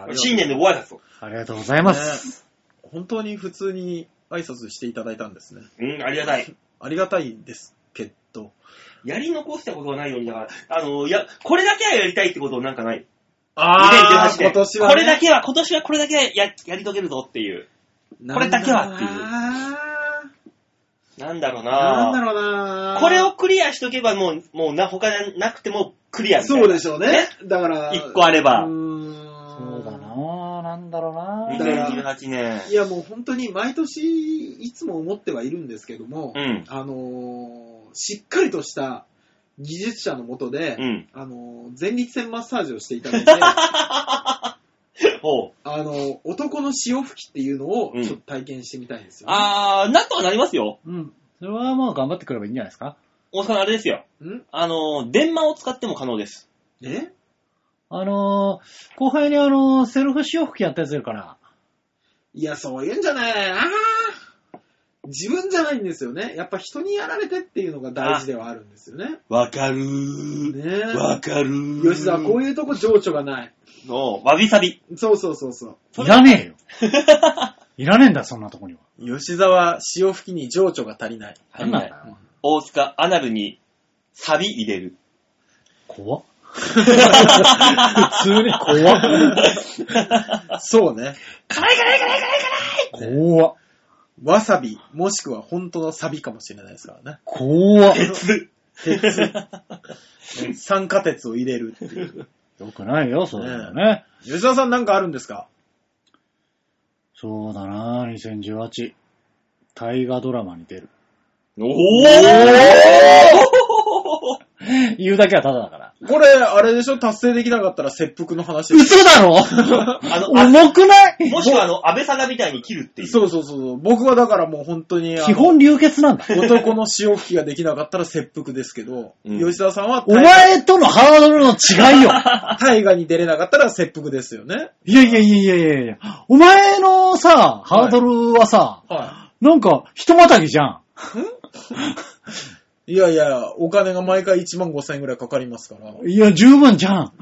C: あら
B: 新年でご挨拶を。
D: ありがとうございます。
C: ね本当に普通に挨拶していただいたんですね。
B: うん、ありがたい。
C: ありがたいですけど。
B: やり残したことはないように、だから、あの、いや、これだけはやりたいってことなんかない。
C: あ
B: 2018
C: 今
B: 年
C: 年は、ね。
B: これだけは、今年はこれだけはややり遂げるぞっていう。これだけはっていう
C: あ
B: なんだろう
C: ーなんだ
B: な
C: ろうな
B: これをクリアしとけばもう、もうな、他じゃなくてもクリアみたいな。
C: そうでしょうね。だから、
B: 一個あれば
C: う。ー
D: そ
C: ん
D: うだなぁ、なんだろうなぁ。
B: 2018年。
C: いやもう本当に毎年いつも思ってはいるんですけども、
B: うん。
C: あのーしっかりとした技術者のもとで、
B: うん。
C: あのー前立腺マッサージをしていた だいて、あ
B: ほう。
C: のー男の潮吹きっていうのをちょっと体験してみたいんですよ、ね
B: あー、なんとかなりますよ。
D: うん。それはまあ頑張ってくればいいんじゃないですか。
B: 大阪さん、あれですよ。
C: ん
B: あの、電話を使っても可能です。
C: え
D: あのー、後輩にあのー、セルフ潮吹きやったやついるから。
C: いや、そういうんじゃないな自分じゃないんですよね。やっぱ人にやられてっていうのが大事ではあるんですよね。
B: わかるー。
C: ね
B: わかるー。
C: 吉沢、こ
B: う
C: ういうとこ情緒がない。
B: の、わびさび。
C: そうそうそうそう。
D: いらねえよ。 いらねえんだ、そんなとこには。
C: 吉沢、潮吹きに情緒が足りない。
D: なんなんだよ。
B: 大塚、アナルに、サビ入れる。
D: 怖っ。普通に怖っ。
C: そうね。
D: 怖っ。
C: わさび、もしくは本当のサビかもしれないですからね。
D: 怖っ。
C: 鉄。 酸化鉄を入れるっていう。
D: よくないよ、そうだよね。
C: 吉沢さんなんかあるんですか
D: そうだなぁ、2018。大河ドラマに出る。
B: おー
D: 言うだけはただだから。
C: これ、あれでしょ達成できなかったら切腹の話でし
D: 嘘だろ
B: あの、あ
D: 重くない
B: もしくはあの、安倍サダみたいに切るっていう。
C: ょそうそうそうそう。僕はだからもう本当に、あの
D: 基本流血なんだ。
C: 男の潮吹きができなかったら切腹ですけど、
B: うん
C: 吉沢さんは
D: お前とのハードルの違いよ。
C: 大河に出れなかったら切腹ですよね。
D: いやいやいやいやいやいや。お前のさ、ハードルはさ、
C: は
D: なんか、ひとまたぎじゃん。
C: い。いやいや、お金が毎回1万5千円ぐらいかかりますから。ね。
D: いや、十分じゃん。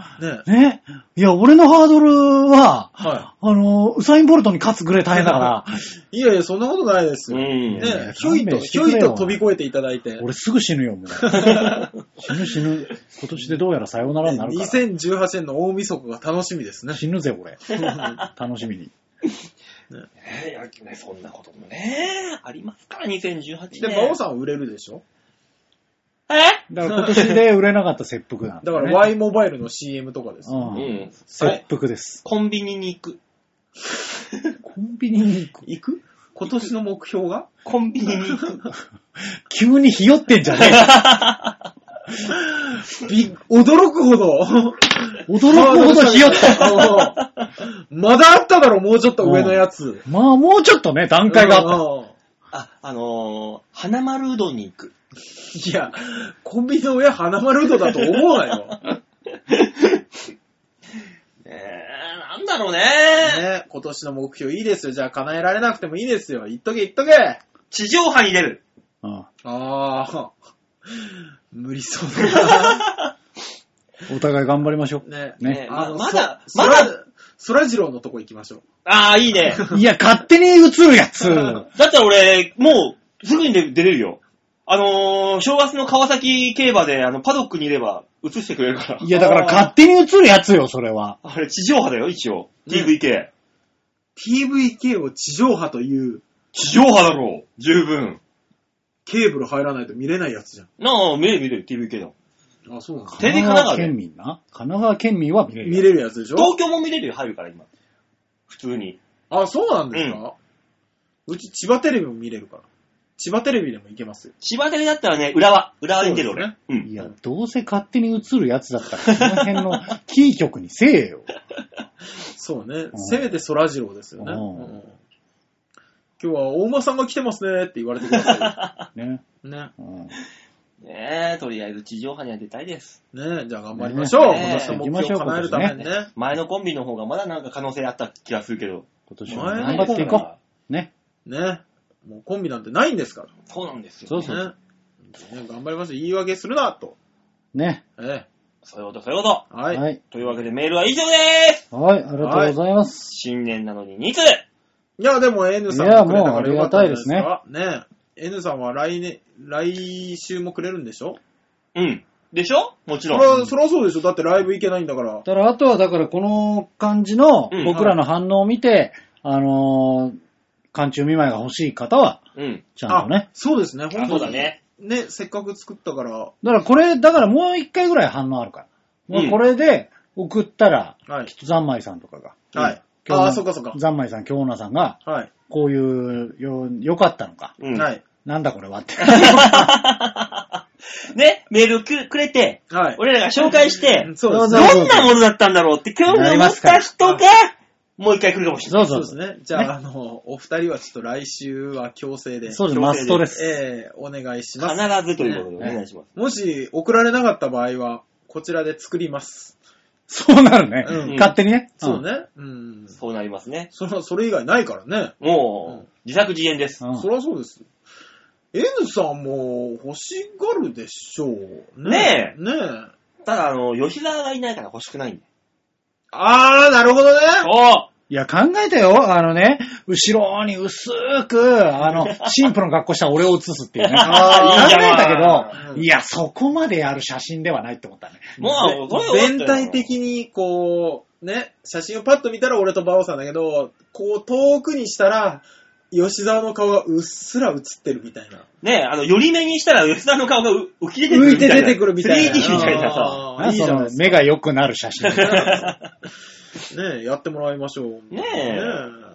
D: ね。いや、俺のハードルは、
C: は
D: あの、ウサインボルトに勝つぐらい大変だから、
C: い。いやいや、そんなことないです
B: う
C: よ。ね
B: ん。
D: いやいや
C: ひょいと、
D: 勘弁し
C: ひ
D: てく
C: ょ
D: れよ
C: いと飛び越えていただいて。
D: 俺すぐ死ぬよ、もう。死ぬ死ぬ。今年でどうやらさようならになるから。
C: 2018年の大晦日が楽しみです ね。
D: 死ぬぜ、俺。楽しみに。
B: ねいやねそんなこともね、ありますから、2018年。
C: で、馬王さんは売れるでしょ
B: え
D: だから今年で売れなかった切腹なん
C: だ
D: だ、
C: か
D: ね。
C: ら Y モバイルの CM とかです。
D: う。
B: うんん。
D: 切腹です。
B: コンビニに行く。
D: コンビニに行く。
C: 行く今年の目標が
B: コンビニに行く。
D: 急にひよってんじゃね
C: び、驚くほど。
D: え。驚くほどひ よった。
C: うんまだあっただろ、もうちょっと上のやつ。
D: まあ、もうちょっとね、段階があっ
C: っ た。
B: あ、あのー、花丸うどんに行く。
C: いや、コンビニの上、花丸うどんだと思うなよ。
B: えー、なんだろうね
C: ね、今年の目標いいですよ。じゃあ叶えられなくてもいいですよ。言っとけ言っとけ。
B: 地上波に出る。
D: た。うん
C: ああ、無理そうだな。
D: お互い頑張りま しょ
C: ね。
D: う。ね。
B: ま
C: あの
B: まだ、
C: そ
B: ま
C: そら
B: だ、
C: そらジローのとこ行きましょう。
B: ああ、いいね。
D: いや、勝手に映るやつ。
B: だったら俺、もう、すぐに出出れるよ。あのー、正月の川崎競馬で、あの、パドックにいれば、映してくれるから。
D: いや、だから勝手に映るやつよ、それは。
B: あれ、地上波だよ、一応。
C: ね
B: TVK。
C: TVK を地上波という
B: 地上波だろう、十分。
C: ケーブル入らないと見れないやつじゃ
B: なあ、見れる見れる、TVK だ。
C: ん。あ、そうなんですか
B: テレビ神奈川で
D: 県民な。神奈川県民は見れる。
C: 見れるやつでしょ
B: 東京も見れるよ、入るから、今。普通に。
C: あ、そうなんですか、うち千葉テレビも見れるから。千葉テレビでも行けますよ。
B: 千葉テレビだったらね、浦和。浦和に出る俺。
C: そう
B: う
D: い
B: ん。
D: や、どうせ勝手に映るやつだったら、その辺のキー局にせえよ。
C: そうね。
D: ん
C: せめてそらジローですよね。
D: うん
C: うん今日は大間さんが来てますねって言われてくださ
D: ね。
C: い。 ね。
D: うん。
B: ねえ、とりあえず地上波には出たいです。
C: ねじゃあ頑張りましょう。
B: ね
C: 今年の目標を叶えるためにね。
B: 前のコンビの方がまだなんか可能性あった気がするけど。
D: 今年も
C: 前の
D: 頑張っていこう。ね。
C: ね。もうコンビなんてないんですから。
B: そうなんですよ。
D: そう
C: ね
D: そう。
C: ね頑張りましょう。言い訳するな、と。
D: ね。
C: ええ。
B: そういうこと、そういうこと。
C: はい。
D: はい。
B: というわけでメールは以上です
D: はい、ありがとうございます。
B: 新年なのに2通
C: いや、でも N さん
D: いや
C: もくれたからよかったんじゃないです
D: もう
C: か。ねえ。N さんは来年、来週もくれるんでしょ
B: うん。でしょもち
C: そ
B: ろ
C: り
B: ん。
C: ゃ、そりゃそうでしょ。だってライブ行けないんだから。
D: だから、あとは、だから、この感じの
B: うん、
D: 僕らの反応を見て、あのー、寒中見舞いが欲しい方は、
B: うん。
D: ちゃんとね。
C: そうですね、本
B: あ、
C: 当
B: そう
C: に
B: だ。ね。
C: ね、せっかく作ったから。
D: だから、これ、だからもう一回ぐらい反応あるから。
B: うん
D: これで、送ったら、
C: はい
D: き。っとざんまいさんとかが。
C: はい。
D: 京
C: あ
D: 奈
C: あ、そっかそっか。
D: ざんまいさん、京奈さんが、
C: はい。
D: こういう、よ、良かったのか。
B: うん。
C: はい。
D: なんだこれ はって。
B: ね、メールくくれて、
C: はい。
B: 俺らが紹介して、
C: そうです
D: どうぞ
C: ね。
B: どんなものだったんだろうって興味を持った人が、もう一回来るかもしれない。
D: そう
C: そ
D: そうう
C: です
D: そう。
C: ね。じゃあ、あの、お二人はちょっと来週は強制で。
D: そうです、
B: 強
D: マ
B: 制
D: ス
B: で
D: トです。
C: ええお願いします。
B: 必ずということでお願いします。
C: もし送られなかった場合は、こちらで作ります。
D: そうなるね。
C: うん
D: 勝手にね。
C: そうね。うん。
B: そうなりますね。
C: そら、それ以外ないからね。
B: も
C: うん
B: う、自作自演です
D: う。ん。うん
C: そりゃそうです。N さんも欲しがるでしょう
B: ね
C: ね。ねえ。
B: ただ、あの、吉沢がいないから欲しくないんだ
C: あー、なるほどね。
B: よ。
D: いや、考えたよ。あのね、後ろに薄く、あ の、神父の格好した俺を写すっていうね。考
B: あーいいじゃん
D: えたけど、
C: うん
D: いや、そこまでやる写真ではないって思ったね。
B: おもう、これは
C: 全体的に、こう、ね、写真をパッと見たら俺とバオさんだけど、こう遠くにしたら、吉沢の顔がうっすら映ってるみたいな。
B: ね、あの、寄り目にしたら吉沢の顔がう浮き出てくるみ
C: 浮い
B: た
C: て
B: いな。
C: 出てくるみたいな。
B: 3D みたいなさ。
C: あー
D: ない
C: いじゃない
D: そ
C: で
D: の
C: すか
D: 目が良くなる 写真。
C: ねえ、やってもらいましょう。
B: ねえ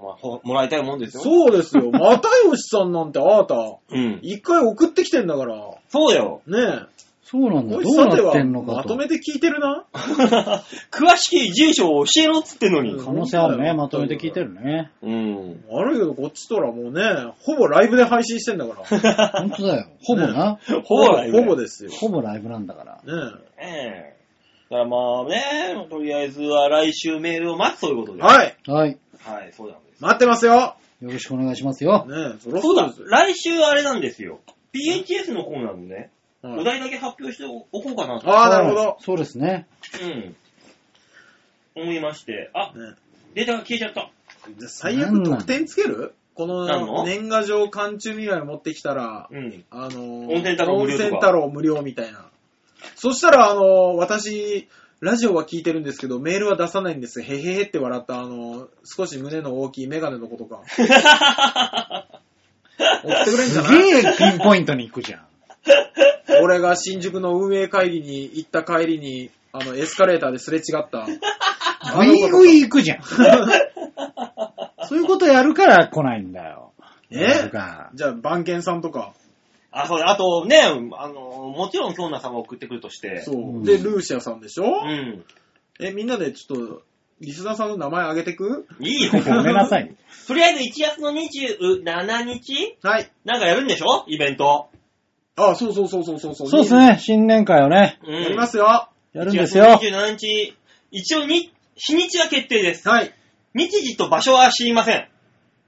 B: まあほもらいたいもんですよ。
C: そうですよ。又吉さんなんてあなた、
B: うん。
C: 一回送ってきてんだから。
B: そうよ。
C: ね
D: そうな
C: え。
D: んだ。
C: お
D: ど
C: いうさて
D: なっ
C: は
D: てんの
C: ま
D: か
C: と
D: と。
C: めて聞いてるな。
B: 詳しき住所を教えろっつってんのに。
D: 可能性あるね。
C: うん
D: まとめて聞いてるね。
B: うん。
C: 悪いけど、こっちとらもうね、ほぼライブで配信してんだから。
D: 本当だよ。ほぼな。
B: ほぼだよ。
C: ほぼですよ。
D: ほぼライブなんだから。
C: ね
B: ええだからまあね、とりあえずは来週メールを待つということ
C: え。
B: で。い。
C: はい。
D: はい。
B: はい、そうなんです。
C: 待ってますよ。
D: よろしくお願いしますよ。
C: ねえ、そろ
B: そ
C: そうろ
B: だ
C: です、よ。
B: 来週あれなんですよ。PHS のコーナーのね、
C: はい
B: お題だけ発表しておこうかなと。
C: ああ、なるほど。
D: そうですね。
B: うん。思いまして。あ、
C: ね
B: データが消えちゃった。
C: えじゃあ最悪得点つけるこ
B: なんの
C: の年賀状寒中未来持ってきたら、
B: うん。
C: あのー、
B: 温泉太郎無料とか
C: 温泉太郎無料みたいな。そしたら、あのー、私、ラジオは聞いてるんですけど、メールは出さないんです。へへへって笑った、あのー、少し胸の大きいメガネの子とか。送ってくれんじ
D: す
C: ゃない
D: げえピンポイントに行くじゃん。
C: 俺が新宿の運営会議に行った帰りに、あの、エスカレーターですれ違った。
D: グイグイ行く じゃん。そういうことやるから来ないんだよ。や
C: ね
D: るか
C: じゃあ、番犬さんとか。
B: あ、そうだ。あとね、あの、もちろん京奈さんが送ってくるとして。
C: そう。
D: うん
C: で、ルーシアさんでしょ、
B: うん。
C: え、みんなでちょっと、リスナーさんの名前あげてく
B: いいよ。
D: ごめんな さい。
B: とりあえず1月の27日
C: はい。
B: なんかやるんでしょイベント。
C: あ、そうそうそうそうそうそう。
D: そうです。ね、新年会をね、
B: うん。
C: やりますよ。
D: やるんですよ。
B: 1月27日、一応に、日にちは決定です。
C: はい。
B: 日時と場所は知りません。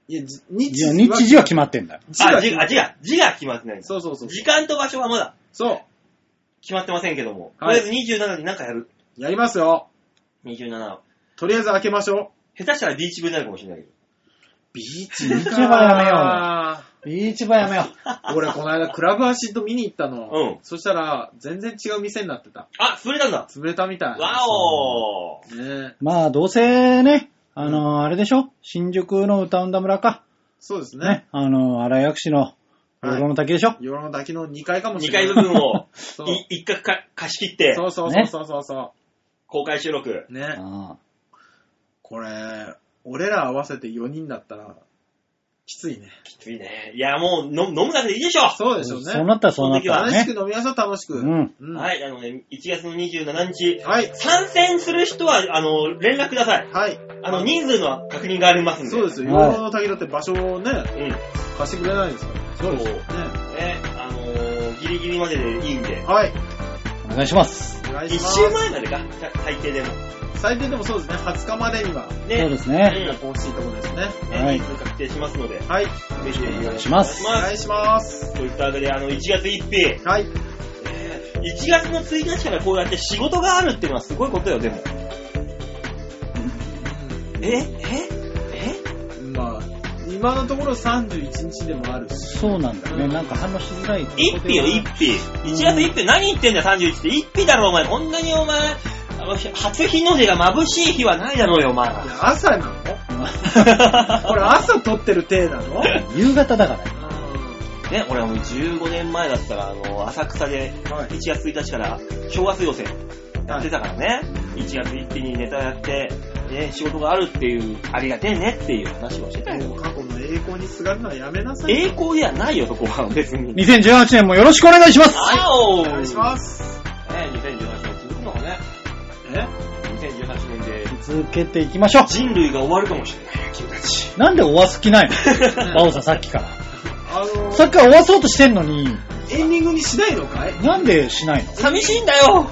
C: いや、じ
D: い
C: 日
D: や、日時は決
C: ま
D: まってんだよ。
C: 字
B: あ、
C: が
B: 字
C: 決ま
B: が、
C: っ
B: 字が、字が決まってないんです。
C: そうそうそう。
B: 時間と場所はまだ
C: そう。
B: 決まってませんけども。
C: はい
B: とりあえず27になんかやる。
C: やりますよ。
B: 27。
C: とりあえず開けましょ
B: 下手したらビーチ部になるかもしれないけど。
C: う。ビーチビー
D: チはやビーチ場やめよ
C: めよう。 俺、この間、クラブアシッド見に行ったの。
B: うん
C: そしたら、全然違う店になってた。
B: あ、潰れたんだ。
C: 潰れたみたい。
B: わおー。
C: ねえ
D: う。まあ、どうせね、あのーあれでしょ新宿の歌うんだ村か。
C: そうですね
D: ね。。あのー荒井薬師の、
C: はい
D: ロロの滝でしょ
C: 世の滝の2階かもし
B: 2
C: れ
B: 階
C: な
B: 部
C: い。
B: 分を
C: そう
B: い一角か貸し切って、
C: そうそう
D: ね
C: そうそうそ
B: 公開収録。
C: う。ね。
D: あ
C: これ、俺ら合わせて4人だったら、きついね。
B: きついね。いや、もうの飲むだけでいいでしょ。
C: そう
D: あ
C: でしょうね。
D: そうなったらそうなったら
C: 楽しく
D: ね。
C: 飲みましょう、楽しく。
D: うん
C: は。
B: はいい、あのね、1月の27日、
C: はい。
B: 参戦する人は、あの、連絡ください。
C: はい。
B: あの、人数の確認がありますんで。
C: そうですよ。
D: はい
C: 養老の滝だって場所をね、
B: うん。ね、
C: 貸してくれないですから。
B: そうですよ
C: ね。
B: あのー、ギリギリまででいいんで。
C: はい。
D: お願いします。
C: お願い
B: 一
C: します。
B: 週前までか、さ最低でも。
C: 最低でもそうですね、20日までには、
B: ね、
D: そうですね。
B: うん
C: 欲しいところですね。
D: はい
B: 人数確定しますので、ぜ
C: はい。
B: ひお
D: 願いします
C: お願いします。
B: といったわけで、あの、1月1日、
C: はい。
B: えー1月の1日からこうやって仕事があるっていうのはすごいことよ、でも。えええ
C: まあ、今のところ31日でもあるし。
D: そうなんだよね。なんか反応しづらい。
B: 一匹よ、一匹。1月一匹、何言ってんだよ、31って。一匹だろ、お前。こんなにお前、あの初日の出が眩しい日はないだろうよ、 お前。
C: いや朝なのこれ朝撮ってる体なの
D: 夕方だから。
B: ね、俺はもう15年前だったら、あの、浅草で
C: はい
B: 1月1日から正月予選やってたからね、1月1日にネタやって、ね、仕事があるっていう、ありがてえねっていう話をしてた
C: も
B: よ
C: う。過去の栄光にすがるのはやめなさい。
B: 栄光ではないよ、そこは別に。
D: 2018年もよろしくお願いします
B: あお
C: お願いします。
B: ね、2018年続くのかね。
C: え
B: 2018年で
D: 続けていきましょう
B: 人類が終わるかもしれない、君たち。
D: なんで終わす気ないのバオさんさっきから。
C: あの
D: さっきから終わそうとしてんのに、
C: エンディングにしないのかい
D: なんでしないの
B: 寂しいんだよ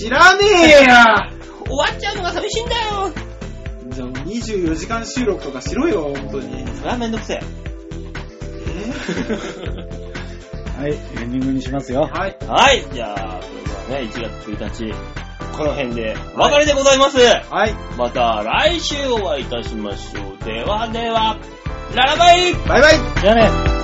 C: 知らねえや
B: 終わっちゃうのが寂しいんだよ
C: じゃあもう24時間収録とかしろよ、本当 に。
B: それはめんどく せえ。
D: はい、エンディングにしますよ。
C: はい。
B: はい、じゃあ、それではね、1月1日、この辺でお別れでございます。
C: はい。
B: また来週お会いいたしましょう。ではでは、ララバイ
C: バイバイ
D: じゃあね。